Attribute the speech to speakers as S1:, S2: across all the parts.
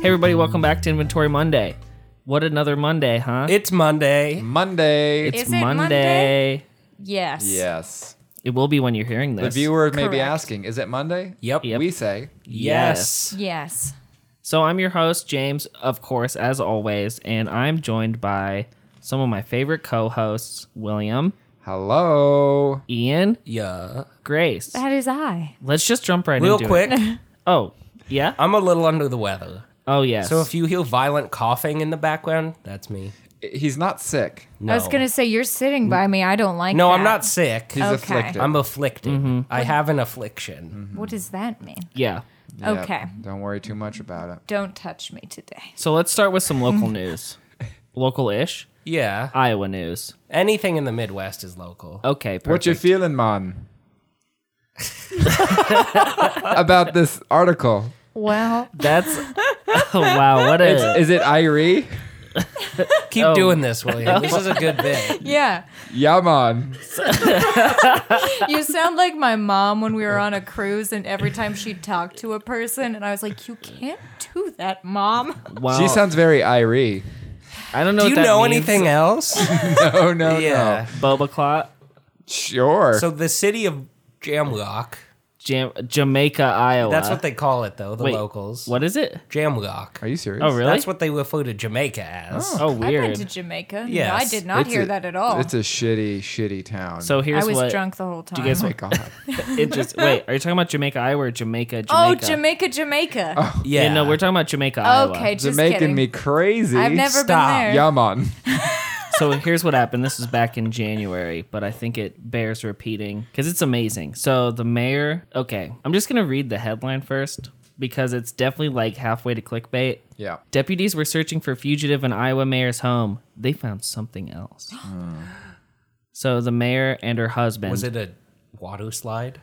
S1: Hey, everybody, welcome back to Inventory Monday. What another Monday, huh?
S2: It's Monday.
S3: Monday.
S1: it's
S4: Is it Monday? Yes.
S3: yes.
S1: It will be when you're hearing this.
S3: The viewer may be
S4: Correct.
S3: asking, is it Monday?
S2: Yep.
S1: Yep.
S3: We say,
S2: Yes.
S4: Yes.
S1: So I'm your host, James, of course, as always, and I'm joined by some of my favorite co hosts, William,
S3: hello.
S1: Ian,
S2: Yeah.
S1: Grace.
S4: That is I.
S1: Let's just jump right
S2: Real
S1: into it.
S2: quick,
S1: Oh, yeah?
S2: I'm a little under the weather.
S1: Oh, yes.
S2: So if you hear violent coughing in the background, that's me.
S3: He's not sick.
S2: No.
S4: I was gonna say you're sitting by me. I don't like.
S2: No,
S4: that.
S2: I'm not sick.
S3: He's
S4: Okay.
S3: afflicted.
S2: I'm afflicted.
S1: Mm-hmm.
S2: I have an affliction.
S4: What does that mean?
S1: yeah.
S3: Yep.
S4: Okay.
S3: Don't worry too much about it.
S4: Don't touch me today.
S1: So let's start with some local news. Local ish,
S2: Yeah.
S1: Iowa news.
S2: Anything in the Midwest is local.
S1: Okay, perfect.
S3: What you feeling, man? about this article.
S4: Well,
S1: That's. Oh, wow. What a.
S3: Is it Irie?
S1: Oh,
S2: Keep doing this, William. This is a good bit.
S4: yeah.
S3: Yeah, man.
S4: You sound like my mom when we were on a cruise, and every time she talked to a person, and I was like, "You can't do that, mom."
S1: wow.
S3: She sounds very Irie.
S1: I don't know
S2: Do
S1: what
S2: you
S1: that
S2: know
S1: means.
S2: anything else?
S3: Oh, no, no.
S1: Boba Clot,
S3: Sure.
S2: So the city of Jamrock.
S1: Jam- Jamaica, Iowa.
S2: That's what they call it, though. The
S1: Wait,
S2: locals.
S1: What is it?
S2: Jamrock.
S3: Are you serious?
S1: Oh, really?
S2: That's what they refer to Jamaica as.
S1: oh,
S4: I went to
S1: weird.
S4: Jamaica. Yeah,
S2: Yes.
S4: I did not
S3: It's
S4: hear
S3: a-
S4: that at all.
S3: It's a shitty, shitty town.
S1: So here's
S4: I was
S1: what
S4: drunk the whole time.
S1: do you guys
S3: oh my God.
S1: it just wait. Are you talking about Jamaica, Iowa, or Jamaica, Jamaica?
S4: oh, Jamaica, Jamaica.
S2: Yeah.
S1: Yeah, no, we're talking about Jamaica, Iowa.
S4: okay, just
S3: You're making
S4: kidding.
S3: me crazy.
S4: I've never
S2: Stop.
S4: been there.
S3: Yeah, man.
S1: So here's what happened. This was back in January, but I think it bears repeating because it's amazing. So the mayor. Okay, I'm just gonna read the headline first because it's definitely like halfway to clickbait.
S3: Yeah.
S1: Deputies were searching for fugitive in Iowa mayor's home. They found something else. so the mayor and her husband.
S2: Hmm. Was it a water slide?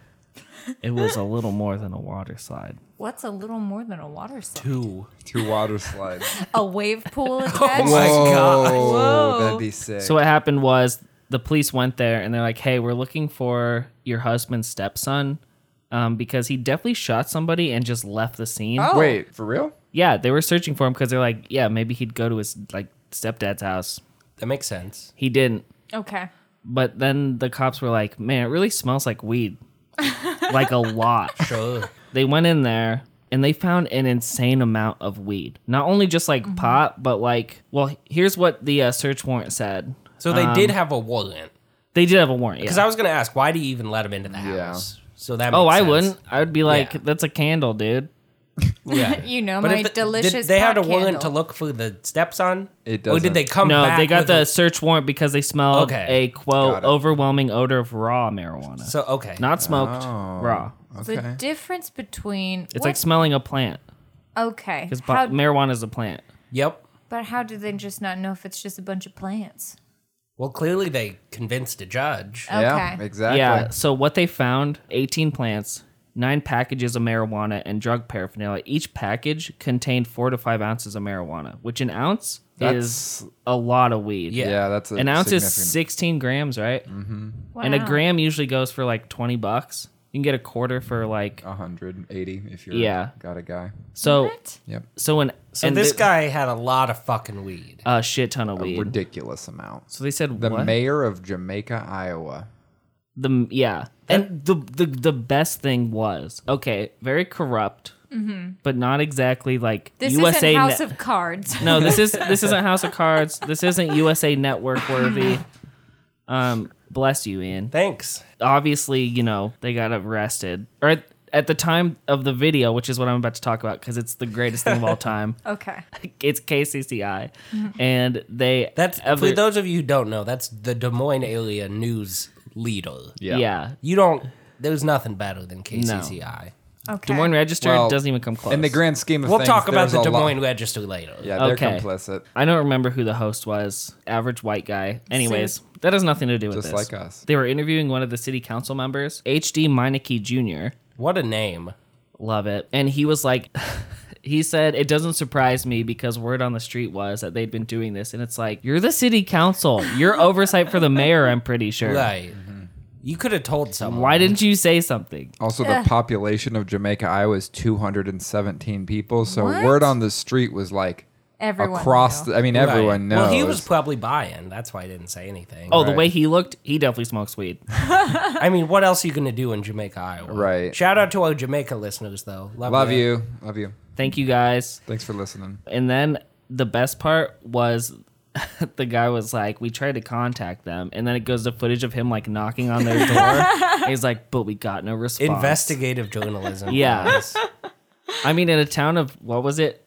S1: It was a little more than a water slide.
S4: What's a little more than a water slide?
S2: Two.
S3: Two water slides.
S4: A wave pool attached.
S2: my
S3: Oh.
S2: God.
S3: Whoa,
S4: Whoa.
S3: that'd be sick.
S1: So what happened was the police went there and they're like, "Hey, we're looking for your husband's stepson." Um, because he definitely shot somebody and just left the scene.
S4: Oh.
S3: Wait, for real?
S1: Yeah, they were searching for him because they're like, yeah, maybe he'd go to his like stepdad's house.
S2: That makes sense.
S1: He didn't,
S4: Oh, Okay.
S1: but then the cops were like, man, it really smells like weed, like a lot.
S2: Sure.
S1: They went in there and they found an insane amount of weed. Not only just like pot, but like, well, here's what the uh, search warrant said.
S2: So they
S1: Um,
S2: did have a warrant.
S1: They did have a warrant.
S2: Because
S1: yeah.
S2: I was going to ask, why do you even let him into the house? So that.
S1: oh,
S2: makes
S1: I
S2: sense.
S1: wouldn't. I would be like,
S2: Yeah.
S1: that's a candle, dude.
S2: Yeah.
S4: You know
S2: But
S4: my
S2: if the- did
S4: delicious.
S2: they had a
S4: pot
S2: warrant to
S4: candle.
S2: look for the stepson.
S3: It
S2: Or
S3: doesn't.
S2: did they come?
S1: No,
S2: back
S1: they got
S2: with
S1: the
S2: a-
S1: search warrant because they smelled
S2: Okay.
S1: a quote
S3: Got it.
S1: overwhelming odor of raw marijuana,
S2: so okay.
S1: not smoked,
S3: Oh.
S1: raw.
S3: Okay.
S4: The difference between
S1: It's
S4: what-
S1: like smelling a plant
S4: okay,
S1: because
S4: how,
S1: marijuana is a plant.
S2: Yep.
S4: but how do they just not know if it's just a bunch of plants?
S2: Well, clearly they convinced a judge.
S4: Uh,
S3: Yeah,
S4: Okay.
S3: exactly.
S1: Yeah. So what they found: eighteen plants, nine packages of marijuana, and drug paraphernalia. Each package contained four to five ounces of marijuana, which an ounce is
S3: That's-
S1: a lot of weed.
S2: Yeah.
S3: Yeah, that's a
S1: An ounce is
S3: significant-
S1: sixteen grams, right?
S4: Wow.
S1: And a gram usually goes for like twenty bucks. You can get a quarter for like
S3: 180 if you're
S1: Yeah.
S3: got a guy.
S1: so.
S4: What?
S3: Yep.
S1: So an
S2: So
S1: and
S2: this
S1: thi-
S2: guy had a lot of fucking weed.
S1: a shit ton of weed.
S3: Ridiculous amount.
S1: so they said
S3: The
S1: what?
S3: mayor of Jamaica, Iowa.
S1: the yeah and the, the the best thing was okay very corrupt but not exactly like
S4: Mm-hmm. This
S1: usa
S4: isn't House
S1: Net-
S4: of Cards.
S1: no this is this isn't house of cards this isn't usa network worthy um bless you ian
S2: Thanks.
S1: obviously you know they got arrested or at, at the time of the video which is what i'm about to talk about because it's the greatest thing of all time
S4: Okay.
S1: it's kcci and they
S2: That's for
S1: ever-
S2: those of you who don't know. That's the Des Moines area news leader.
S1: yeah,
S2: You don't. There's nothing better than KCCI.
S4: Okay.
S1: des moines register
S3: Well,
S1: doesn't even come close
S3: In the grand scheme of
S2: We'll
S3: things,
S2: talk about
S3: there's
S2: the
S3: a
S2: Des
S3: lot-
S2: Moines Register later.
S3: Yeah, they're
S1: Okay.
S3: complicit.
S1: I don't remember who the host was. Average white guy. Anyways, that has nothing to do with
S3: Just
S1: this.
S3: like us.
S1: They were interviewing one of the city council members, H.D. Meineke Jr.
S2: What a name.
S1: Love it. And he was like, he said, it doesn't surprise me because word on the street was that they'd been doing this. And it's like, you're the city council. You're oversight for the mayor, I'm pretty sure.
S2: Right. You could have told someone.
S1: Why didn't you say something?
S3: Also, the population of Jamaica, Iowa is 217 people. So
S4: What?
S3: word on the street was like
S4: Everyone
S3: across.
S4: knew.
S3: The, I mean,
S2: Right.
S3: everyone knows.
S2: Well, he was probably buying. That's why I didn't say anything.
S1: Oh, the
S3: Right.
S1: way he looked, he definitely smokes weed.
S2: I mean, what else are you going to do in Jamaica, Iowa?
S3: Right.
S2: Shout out to our Jamaica listeners, though. Love,
S3: Love
S2: ya.
S3: you. Love you.
S1: Thank you guys.
S3: Thanks for listening.
S1: And then the best part was the guy was like, We tried to contact them. And then it goes to footage of him like knocking on their door. He's like, But we got no response.
S2: Investigative journalism.
S1: Yeah.
S2: guys.
S1: I mean, in a town of, what was it,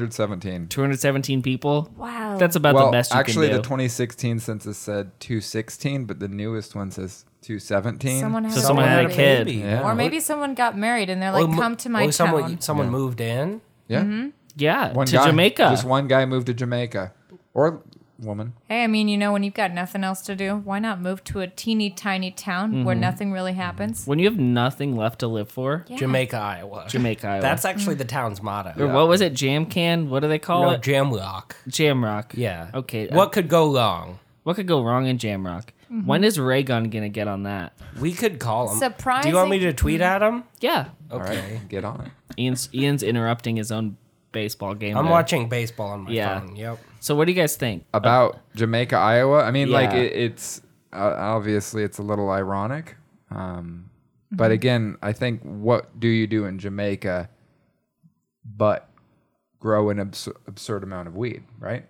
S3: 217.
S1: 217 people?
S4: Wow.
S1: That's about
S3: well,
S1: the best you
S3: actually,
S1: can
S3: the
S1: do.
S3: 2016 census said 216, but the newest one says 217.
S4: someone had
S1: So
S4: a
S1: someone had a
S4: baby.
S1: kid.
S3: Yeah.
S4: Or maybe someone got married and they're
S2: Or
S4: like,
S2: mo-
S4: come to my
S2: or
S4: town.
S2: Someone, someone moved in.
S3: yeah,
S1: yeah,
S3: one
S1: to
S3: guy,
S1: Jamaica.
S3: Just one guy moved to Jamaica, or woman.
S4: hey, I mean, you know, when you've got nothing else to do, why not move to a teeny tiny town where nothing really happens?
S1: when you have nothing left to live for,
S4: Yeah.
S2: Jamaica, Iowa.
S1: Jamaica, Iowa.
S2: That's actually the town's motto.
S1: or what was it, jam can? What do they call
S2: No,
S1: it?
S2: jam rock.
S1: jam rock.
S2: Yeah.
S1: Oh. Okay. uh,
S2: What could go wrong?
S1: what could go wrong in jam rock?
S4: Mm-hmm.
S1: When is Raygun gonna get on that?
S2: We could call him. Do you want
S4: Surprising-
S2: me to tweet at him?
S1: Yeah.
S3: All
S2: Okay.
S3: right, get on it.
S1: Ian's Ian's interrupting his own baseball game.
S2: I'm
S1: there.
S2: watching baseball on my
S1: Yeah.
S2: phone. Yep.
S1: So what do you guys think?
S3: About Jamaica, Iowa. I mean, like
S1: Yeah.
S3: it, it's uh, obviously it's a little ironic, um, but again, I think what do you do in Jamaica, but grow an abs- absurd amount of weed, right?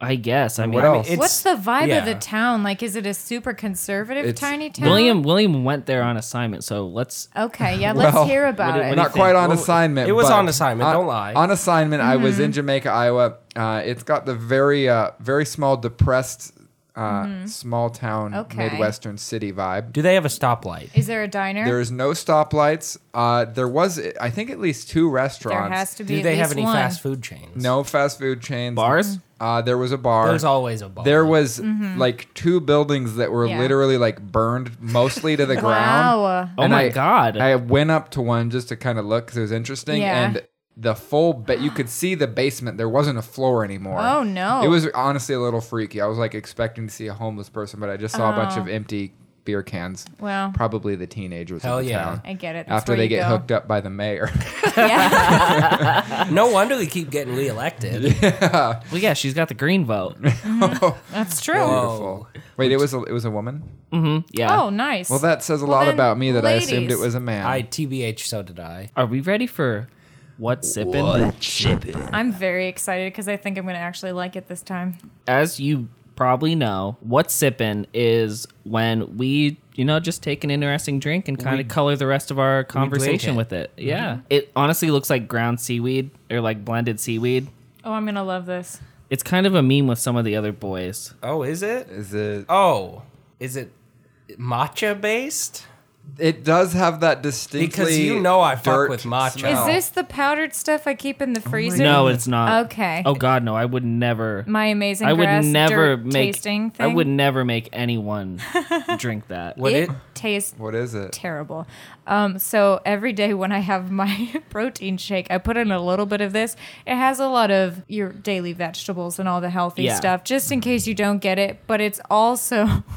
S1: I guess. I mean,
S3: What else?
S2: it's-
S4: What's the vibe
S2: yeah.
S4: of the town? Like, is it a super conservative
S3: It's-
S4: tiny town?
S1: William William went there on assignment, so let's
S4: Okay, yeah, let's
S3: Well,
S4: hear about
S1: what
S4: it.
S1: do-
S3: not
S1: you
S3: quite
S1: think?
S3: on
S1: What-
S3: assignment.
S2: It was
S3: but-
S2: on assignment, don't lie.
S3: On assignment, I was
S4: Mm-hmm.
S3: in Jamaica, Iowa. Uh, it's got the very, uh, very small, depressed, uh, small town,
S4: Mm-hmm. Okay.
S3: midwestern city vibe.
S2: Do they have a stoplight?
S4: Is there a diner?
S3: There is no stoplights. Uh, there was, I think, at least two
S4: There
S3: restaurants.
S4: has to be.
S2: Do
S4: at
S2: they have
S4: least
S2: any
S4: one.
S2: fast food chains?
S3: no fast food chains.
S1: bars.
S3: Uh, there was a bar.
S2: There's always a bar.
S3: there was like two buildings that were
S4: Mm-hmm. Yeah.
S3: literally like burned mostly to the ground.
S4: Wow.
S1: Oh
S3: And
S1: my
S3: I-
S1: god.
S3: I went up to one just to kind of look because it was interesting,
S4: Yeah.
S3: and the full ba- you could see the basement. There wasn't a floor anymore.
S4: Oh, no.
S3: It was honestly a little freaky. I was like expecting to see a homeless person, but I just saw a bunch of empty beer cans.
S4: Oh. Well,
S3: Probably the teenagers
S2: Hell
S3: of the
S2: yeah.
S3: town.
S4: I get it. That's
S3: After
S4: where
S3: they
S4: you
S3: get
S4: go.
S3: hooked up by the mayor,
S4: Yeah.
S2: No wonder we keep getting reelected.
S1: well, yeah, she's got the green vote.
S4: That's true.
S2: Oh.
S3: beautiful. Wait, it was a, it was a woman.
S1: hmm Yeah.
S4: Oh, nice.
S3: Well, that says a
S4: Well,
S3: lot
S4: then,
S3: about me that I assumed it
S4: ladies.
S3: was a man.
S2: I TBH, so did I.
S1: Are we ready for what's sipping?
S4: I'm very excited because I think I'm going to actually like it this time.
S1: As you probably know, what's sipping is when we, you know, just take an interesting drink and kind of color the rest of our conversation
S2: it.
S1: with it. Yeah. It honestly looks like ground seaweed or like blended seaweed.
S4: Oh, I'm going to love this.
S1: It's kind of a meme with some of the other boys.
S2: Oh, is it?
S3: Is it?
S2: Oh, is it matcha based?
S3: It does have that distinctly
S2: Because you know I fuck
S3: dirt
S2: with matcha.
S3: smell.
S4: Is this the powdered stuff I keep
S3: Oh
S4: in the freezer?
S1: No, it's not.
S4: Okay.
S1: Oh God, no! I would never.
S4: My amazing
S1: I would
S4: grass
S1: never
S4: dirt
S1: make.
S4: tasting thing.
S1: I would never make anyone drink that.
S2: Would
S4: it
S2: it?
S4: tastes
S3: What is it?
S4: terrible. Um, so every day when I have my protein shake, I put in a little bit of this. It has a lot of your daily vegetables and all the healthy
S1: Yeah.
S4: stuff, just in case you don't get it. But it's also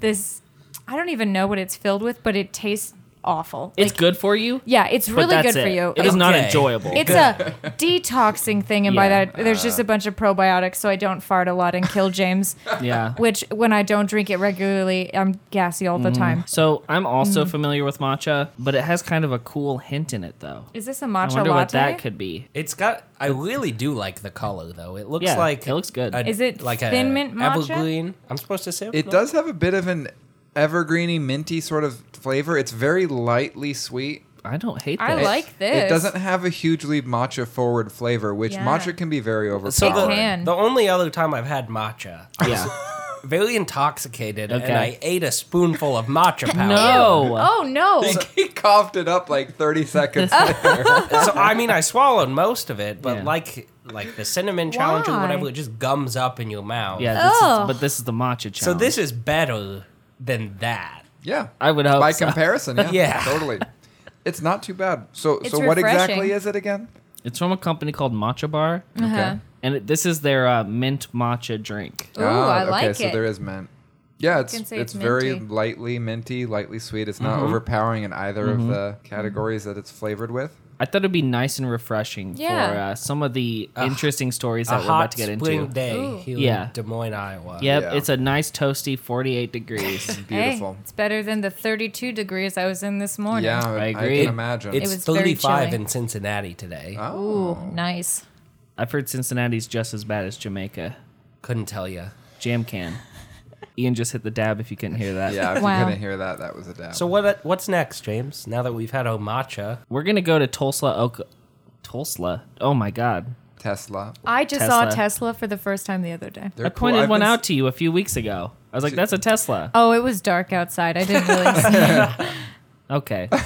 S4: this. I don't even know what it's filled with, but it tastes awful.
S1: It's good for you.
S4: yeah, it's
S1: but
S4: really
S1: that's
S4: good for
S1: it.
S4: you.
S1: It is not
S2: Okay.
S1: enjoyable.
S4: It's a detoxing thing, and by
S1: Yeah.
S4: that, there's just a bunch of probiotics, so I don't fart a lot and kill James.
S1: yeah.
S4: Which, when I don't drink it regularly, I'm gassy all
S1: Mm.
S4: the time.
S1: So I'm also
S4: Mm.
S1: familiar with matcha, but it has kind of a cool hint in it, though.
S4: Is this a
S1: I
S4: matcha
S1: wonder
S4: latte?
S1: what that could be.
S2: It's got. I really do like the color though. It looks
S1: Yeah,
S2: like
S1: it looks good.
S4: Is it thin mint matcha?
S2: evergreen? I'm supposed to sip.
S3: It
S2: no?
S3: does have a bit of an evergreeny, minty sort of flavor. It's very lightly sweet.
S1: I don't hate
S4: I
S1: that.
S3: It-
S4: like this.
S3: It doesn't have a hugely matcha forward flavor, which
S4: Yeah.
S3: matcha can be very overpowering.
S2: So the,
S4: can.
S2: the only other time I've had matcha,
S1: yeah.
S2: very intoxicated,
S1: Okay.
S2: and I ate a spoonful of matcha powder.
S1: No.
S4: Oh no!
S3: he coughed it up like 30 seconds later.
S2: so I mean, I swallowed most of it, but
S1: Yeah.
S2: like like the cinnamon challenge or
S4: Why?
S2: whatever, it just gums up in your mouth.
S1: Yeah. This is,
S4: Ugh.
S1: but this is the matcha challenge.
S2: So this is better than that.
S3: yeah.
S1: I would hope
S3: By
S1: so.
S3: comparison, yeah,
S2: Yeah.
S3: Totally. It's not too bad. So,
S4: It's
S3: so what exactly
S4: refreshing.
S3: is it again?
S1: It's from a company called Matcha Bar,
S4: Uh-huh.
S1: and it, this is their uh, mint matcha drink.
S4: Ooh, Oh, I
S3: Ah,
S4: like
S3: okay, so
S4: it.
S3: there is mint. Yeah, it's
S4: can
S3: it's,
S4: say it's
S3: very
S4: minty.
S3: lightly minty, lightly sweet. It's
S1: Mm-hmm.
S3: not overpowering in either of the categories that it's flavored with.
S1: I thought it'd be nice and refreshing for
S4: Yeah.
S1: uh, some of the interesting stories
S2: A
S1: that we're about
S2: hot
S1: to get
S2: spring
S1: into.
S2: day
S4: Ooh.
S2: here
S1: Yeah.
S2: in Des Moines, Iowa.
S1: Yep,
S3: Yeah.
S1: it's a nice toasty 48 degrees.
S3: Beautiful.
S4: Hey, it's better than the 32 degrees I was in this morning.
S3: yeah,
S1: I
S3: I,
S1: agree.
S3: can imagine.
S2: It's
S4: It was very
S2: 35
S4: chilly.
S2: in Cincinnati today.
S3: oh,
S4: Ooh, nice.
S1: I've heard Cincinnati's just as bad as Jamaica.
S2: Couldn't tell you.
S1: Jam can. Ian just hit the dab if you couldn't hear that.
S3: yeah. If
S4: Wow.
S3: you couldn't hear that, that was a dab.
S2: So what? What's next, James? Now that we've had a matcha,
S1: We're going to go to Tulsa, Oka- Tulsa. Oh my God.
S3: Tesla.
S4: I just saw
S1: Tesla.
S4: a Tesla for the first time the other day.
S3: They're
S1: I
S3: cool.
S1: pointed
S3: I've
S1: one
S3: been
S1: out to you a few weeks ago. I was like, that's a Tesla.
S4: Oh, it was dark outside. I didn't really see.
S1: Okay.
S4: But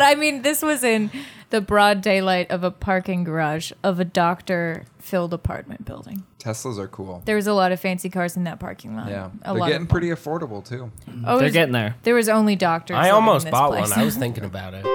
S4: I mean, this was in the broad daylight of a parking garage of a doctor filled apartment building.
S3: Teslas are cool.
S4: There was a lot of fancy cars in that parking lot.
S3: yeah, they're
S4: a lot.
S3: getting
S4: of them.
S3: pretty affordable too.
S4: Oh, it
S1: They're
S4: was-
S1: getting there.
S4: There was only doctors.
S2: I
S4: living
S2: almost
S4: in this
S2: bought
S4: place.
S2: one. I was thinking about it.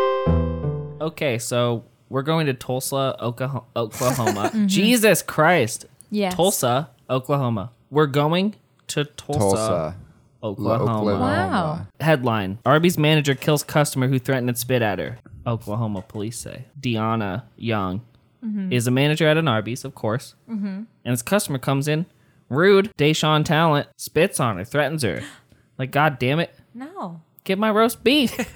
S1: Okay, so we're going to Tulsa, Oklahoma. Oklahoma. Jesus Christ.
S4: Yes.
S1: Tulsa, Oklahoma. We're going to Tulsa,
S3: Tulsa,
S1: Oklahoma.
S3: Oh,
S4: Wow.
S1: Headline Arby's manager kills customer who threatened to spit at her. Oklahoma police say. Deanna Young is a manager at an Arby's, of course. Mm-hmm. And his customer comes in, rude, Deshaun Talent, spits on her, threatens her. Like, God damn it,
S4: No.
S1: get my roast beef.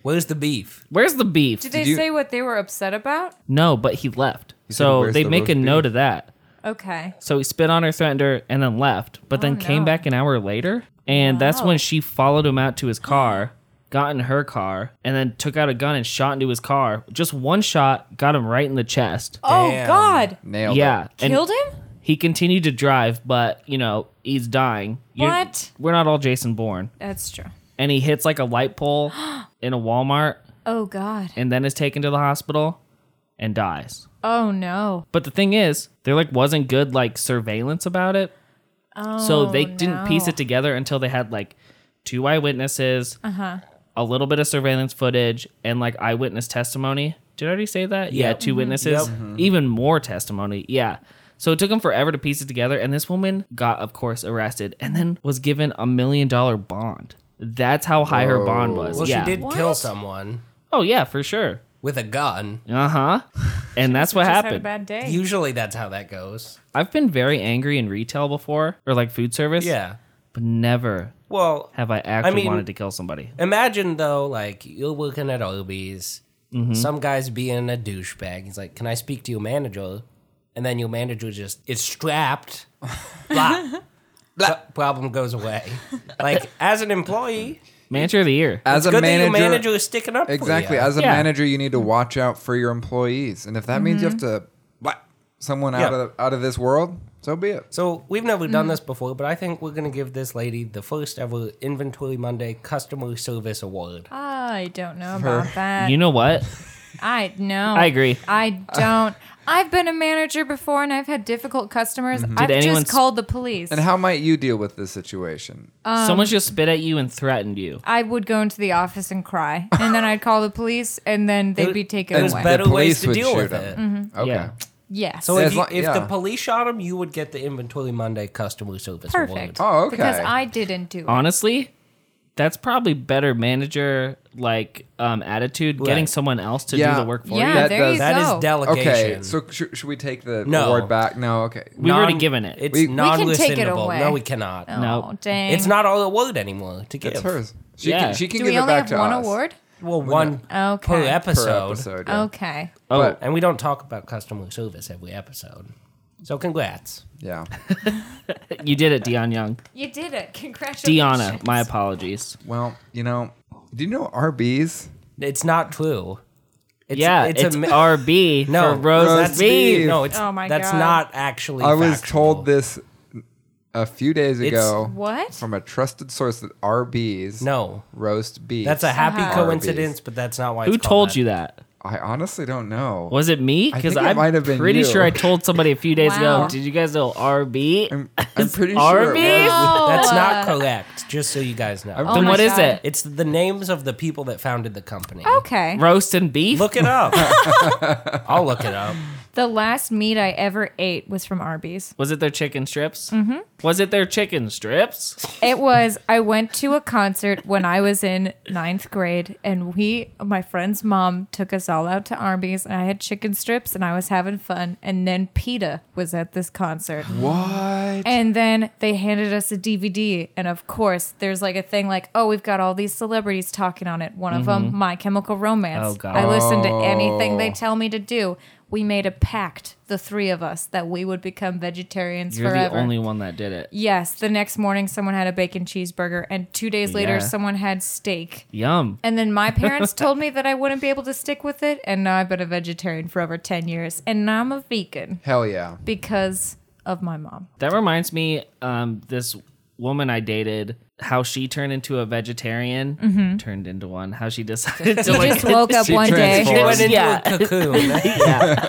S2: Where's the beef?
S1: Where's the beef?
S4: Did they
S3: Did you-
S4: say what they were upset about?
S1: No, but he left.
S3: said,
S1: so
S3: "Where's
S1: they
S3: the
S1: make
S3: roast
S1: a
S3: beef?"
S1: note of that.
S4: Okay.
S1: So he spit on her, threatened her, and then left, but then
S4: Oh,
S1: came
S4: no.
S1: back an hour later. And that's
S4: Wow.
S1: when she followed him out to his car, got in her car, and then took out a gun and shot into his car. Just one shot got him right in the chest.
S4: Oh
S2: Damn.
S4: God!
S3: Nailed it.
S1: yeah. and
S4: Killed him?
S1: He continued to drive, but, you know, he's dying. You-
S4: What?
S1: We're not all Jason Bourne.
S4: That's true.
S1: And he hits like a light pole in a Walmart
S4: Oh God.
S1: and then is taken to the hospital and dies.
S4: Oh no.
S1: But the thing is, there like wasn't good like surveillance about it. so they didn't piece
S4: Oh, no.
S1: it together until they had like two eyewitnesses,
S4: Uh-huh.
S1: a little bit of surveillance footage, and like eyewitness testimony. Did I already say that? Yeah,
S2: Yep. Mm-hmm.
S1: 2 witnesses,
S2: Yep.
S1: even more testimony. Yeah. So it took them forever to piece it together, and this woman got, of course, arrested, and then was given a million dollar bond. That's how high her bond was.
S2: Well,
S1: yeah.
S2: she did
S4: What?
S2: kill someone
S1: Oh yeah, for sure.
S2: with a gun.
S1: Uh huh. And that's what
S4: Just
S1: happened.
S4: had a bad day.
S2: Usually that's how that goes.
S1: I've been very angry in retail before, or like food service.
S2: Yeah.
S1: But never
S2: Well,
S1: have I actually
S2: mean-
S1: wanted to kill somebody.
S2: imagine though, like you're working at Arby's,
S3: Mm-hmm.
S2: some guy's being a douchebag. He's like, "Can I speak to your manager?" And then your manager just is strapped. Blah. Blah. Problem goes away. Like as an employee,
S1: Manager of the year.
S3: As
S2: it's
S3: a
S2: good that
S3: manager,
S2: your Mm-hmm. manager is sticking up.
S3: exactly.
S2: For you.
S3: As a
S1: Yeah.
S3: manager, you need to watch out for your employees, and if that means you
S4: Mm-hmm.
S3: have to whack someone out
S2: Yeah.
S3: of out of this world, so be it.
S2: So we've never
S3: Mm-hmm.
S2: done this before, but I think we're gonna give this lady the first ever Inventory Monday Customer Service Award.
S4: I don't know about that.
S1: You know what?
S4: I know.
S1: I agree.
S4: I don't. I've been a manager before, and I've had difficult customers. I've
S1: anyone
S4: just
S1: s-
S4: called the police.
S3: And how might you deal with this situation?
S4: Um,
S1: Someone just spit at you and threatened you.
S4: I would go into the office and cry, and then I'd call the police, and then they'd be taken
S2: There's
S4: away.
S2: better ways
S3: police
S2: to
S3: would
S2: deal
S3: shoot
S2: with it.
S3: him.
S4: Mm-hmm.
S3: Okay.
S1: Yeah.
S4: Yes.
S2: So if,
S3: As
S2: you,
S3: lo-
S2: if
S3: yeah.
S2: the police shot him, you would get the Inventory Monday Customer Service Award.
S4: perfect.
S3: Oh, okay.
S4: Because I didn't do it.
S1: Honestly, that's probably better manager like um attitude getting
S2: Right.
S1: someone else to
S3: Yeah.
S1: do the work for
S4: yeah,
S1: you.
S3: That
S4: there
S3: does-
S4: you
S2: That is
S4: go.
S2: delegation.
S3: Okay, so sh- should we take the
S2: No.
S3: award back? No, okay.
S1: We've already given it.
S2: It's
S3: We- We
S2: non
S4: can take it
S2: rescindable.
S4: away.
S2: No, we cannot.
S4: oh,
S1: no.
S4: dang.
S2: It's not all award anymore to give.
S3: It's hers. She
S1: Yeah.
S3: can, she can
S4: Do
S3: give
S4: we
S3: it
S4: only
S3: back
S4: have
S3: to
S4: one
S3: us
S4: award?
S2: Well, one
S4: Okay.
S2: per,
S4: Per
S2: episode.
S3: per episode. yeah.
S4: Okay.
S1: Oh,
S3: But-
S2: And we don't talk about customer service every episode. So congrats.
S3: Yeah.
S1: you did it, Dion Young.
S4: You did it. Congratulations.
S1: Deanna, my apologies.
S3: Well, you know, do you know RBs?
S2: It's not true. It's,
S1: yeah, it's,
S2: a mi-
S1: RB
S2: No,
S1: for Rose,
S3: Rose
S1: Beef.
S3: Beef.
S2: No, it's
S4: Oh my
S2: that's
S4: God.
S2: not actually.
S3: I was
S2: factual.
S3: told this a few days
S2: It's-
S3: ago
S4: What?
S3: from a trusted source that RBs
S2: No,
S3: roast beef.
S2: that's a happy
S3: Arby's.
S2: coincidence, but that's not why. It's
S1: Who told
S2: called that.
S1: you that?
S3: I honestly don't know.
S1: Was it me?
S3: I
S1: Because
S3: think it
S1: I'm
S3: might have been
S1: pretty
S3: you.
S1: sure I told somebody a few days ago.
S4: Wow.
S1: Did you guys know RB?
S3: I'm, I'm pretty sure.
S1: Arby's?
S3: It was.
S2: That's
S4: Oh,
S2: not correct. Just so you guys know,
S3: I'm-
S4: Oh
S1: then
S4: my
S1: what is
S4: God.
S1: it?
S2: it's the names of the people that founded the company.
S4: Okay.
S1: Roast and beef?
S2: Look it up. I'll look it up.
S4: The last meat I ever ate was from Arby's.
S1: Was it their chicken strips? Mm-hmm. Was it their chicken strips?
S4: It was, I went to a concert when I was in ninth grade, and we, my friend's mom, took us all out to Arby's, and I had chicken strips, and I was having fun. And then PETA was at this concert.
S3: What?
S4: And then they handed us a DVD, and of course, there's like a thing like, oh, we've got all these celebrities talking on it. One of them, My Chemical Romance.
S1: Mm-hmm. Oh, God.
S4: I listen to anything they tell me to do. We made a pact, the three of us, that we would become vegetarians
S1: You're
S4: forever.
S1: the only one that did it.
S4: yes, the next morning someone had a bacon cheeseburger, and two days later
S1: Yeah.
S4: someone had steak.
S1: Yum.
S4: And then my parents told me that I wouldn't be able to stick with it, and now I've been a vegetarian for over ten years, and now I'm a vegan
S3: Hell yeah.
S4: because of my mom.
S1: That reminds me, um, this woman I dated, how she turned into a vegetarian, turned into one. How she decided to
S4: You
S1: like,
S4: Mm-hmm. just woke up
S3: She
S4: one day.
S3: transformed.
S2: Went into
S1: Yeah.
S2: a cocoon.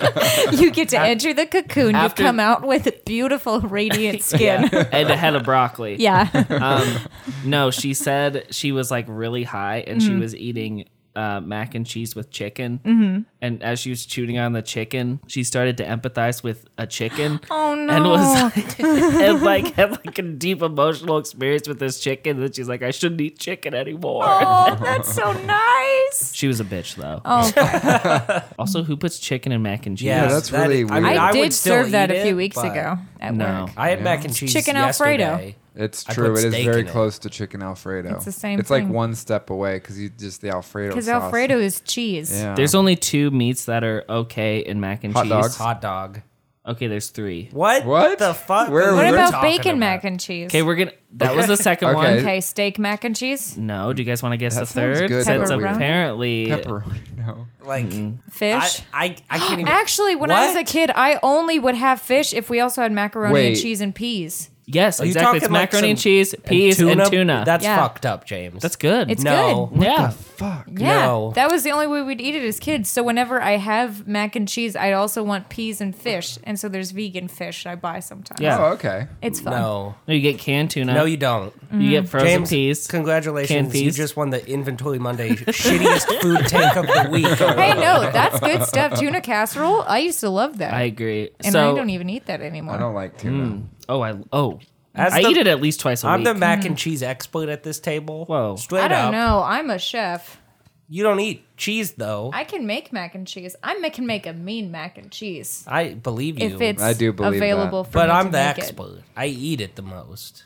S4: You get to enter the cocoon. You
S1: after-
S4: come out with beautiful, radiant skin.
S1: yeah, and a head of broccoli.
S4: Yeah.
S1: Um, no, she said she was like really high and
S4: Mm-hmm.
S1: she was eating uh, mac and cheese with chicken. Mm-hmm. And as she was chewing on the chicken, she started to empathize with a chicken.
S4: Oh, no.
S1: And was like, and like had like a deep emotional experience with this chicken. And she's like, I shouldn't eat chicken anymore.
S4: oh, that's so nice.
S1: She was a bitch though.
S4: Oh,
S1: Also, who puts chicken in mac and cheese?
S2: Yeah,
S3: that's really
S2: I, mean,
S3: weird.
S4: I,
S2: I
S4: did
S2: would still
S4: serve that
S2: eat
S4: a few
S2: it,
S4: weeks
S2: but
S4: ago at
S1: No.
S4: work.
S2: I had mac and cheese
S4: Chicken
S2: yesterday.
S4: Alfredo.
S3: It's
S2: I
S3: true.
S2: put
S3: It is
S2: steak
S3: very
S2: in it.
S3: close to chicken Alfredo.
S4: It's the same
S3: It's like
S4: thing.
S3: one step away because you just the Alfredo.
S4: Because
S3: sauce.
S4: Alfredo is cheese.
S3: Yeah.
S1: There's only two meats that are okay in mac and
S3: Hot
S1: cheese.
S3: dogs.
S2: Hot dog.
S1: Okay, there's three.
S2: What?
S3: What?
S2: the fuck?
S3: Where-
S2: are
S4: What
S2: you
S3: We're
S4: about
S2: talking
S4: bacon
S2: about?
S4: mac and cheese?
S1: Okay, we're gonna. That was the second
S3: Okay.
S1: one.
S4: Okay, steak mac and cheese,
S1: No, do you guys want to guess
S3: That
S1: the
S3: sounds
S1: third?
S3: good,
S1: Since
S4: but weird.
S1: apparently
S3: pepperoni. No.
S2: Like,
S3: Mm-hmm.
S2: I,
S4: fish.
S2: I, I can't even.
S4: Actually, when I was a
S2: What?
S4: kid, I only would have fish if we also had macaroni
S3: Wait.
S4: and cheese and peas.
S1: Yes,
S2: Are you
S1: exactly.
S2: talking
S1: It's
S2: like
S1: macaroni
S2: some-
S1: and cheese, peas, and tuna.
S2: That's
S4: Yeah.
S2: fucked up, James.
S1: That's good.
S4: It's
S2: no.
S4: good.
S1: yeah.
S3: Fuck.
S4: Oh. Yeah,
S2: No.
S4: that was the only way we'd eat it as kids. So whenever I have mac and cheese, I also want peas and fish, and so there's vegan fish I buy sometimes.
S1: Yeah.
S3: Oh, okay.
S4: it's fun.
S2: No.
S1: No, you get canned tuna.
S2: No, you don't.
S1: you get frozen
S2: James,
S1: peas. Canned
S2: congratulations. You
S1: peas.
S2: just won the Inventory Monday shittiest food tank of the week.
S4: Hey, no, that's good stuff. Tuna casserole, I used to love that,
S1: I agree.
S4: and
S1: so,
S4: I don't even eat that anymore.
S3: I don't like tuna.
S2: Hmm.
S1: oh, I oh,
S2: As
S1: I
S2: the-
S1: eat it at least twice a
S2: I'm
S1: week.
S2: the mac and cheese expert at this table.
S1: Whoa.
S2: Straight
S4: Mm. I don't
S2: up.
S4: know. I'm a chef.
S2: You don't eat cheese, though. I,
S4: I can make mac and cheese. I ma- can make a mean mac and cheese
S2: believe you.
S4: if it's
S3: I do believe
S4: available for
S2: but
S4: me
S2: I'm
S4: to
S2: the
S4: make it.
S2: expert. I eat it the most.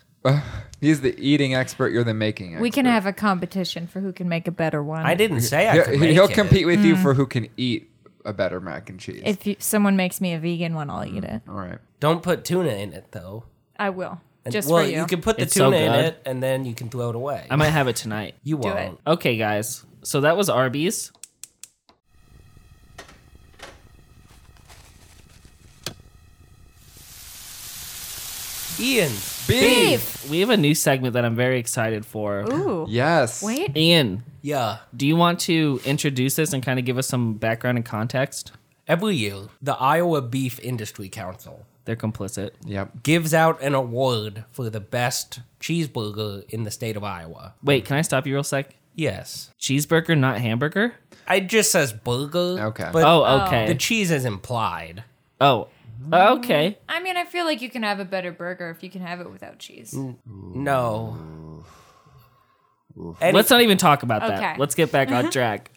S3: He's the eating expert. You're the making expert.
S4: We can have a competition for who can make a better one.
S2: I didn't say I
S3: Yeah,
S2: could
S3: he'll
S2: make it.
S3: compete with you for who can eat a better mac and cheese.
S4: Hmm. If you, someone makes me a vegan one, I'll eat it.
S3: All right.
S2: Don't put tuna in it, though.
S4: I will.
S2: And-
S4: Just
S2: well,
S4: for you.
S2: can put the
S1: It's so
S2: tuna in
S1: good.
S2: it, and then you can throw it away.
S1: I might have it tonight.
S2: you
S4: Do it.
S2: won't.
S1: Okay, guys. So that was Arby's.
S2: Ian,
S4: Beef.
S1: We have a new segment that I'm very excited for.
S4: Ooh.
S3: Yes.
S4: Wait.
S1: Ian,
S2: yeah.
S1: do you want to introduce this and kind of give us some background and context?
S2: Every year, the Iowa Beef Industry Council
S1: They're complicit.
S3: Yep.
S2: gives out an award for the best cheeseburger in the state of Iowa.
S1: Wait, can I stop you real sec?
S2: Yes.
S1: Cheeseburger, not hamburger?
S2: It just says burger.
S3: Okay.
S2: But
S1: Oh,
S2: the
S1: okay.
S2: cheese is implied.
S1: Oh, okay.
S4: I mean, I feel like you can have a better burger if you can have it without cheese.
S2: Mm. No. And
S1: Let's not even talk about
S4: Okay.
S1: that. Let's get back on track.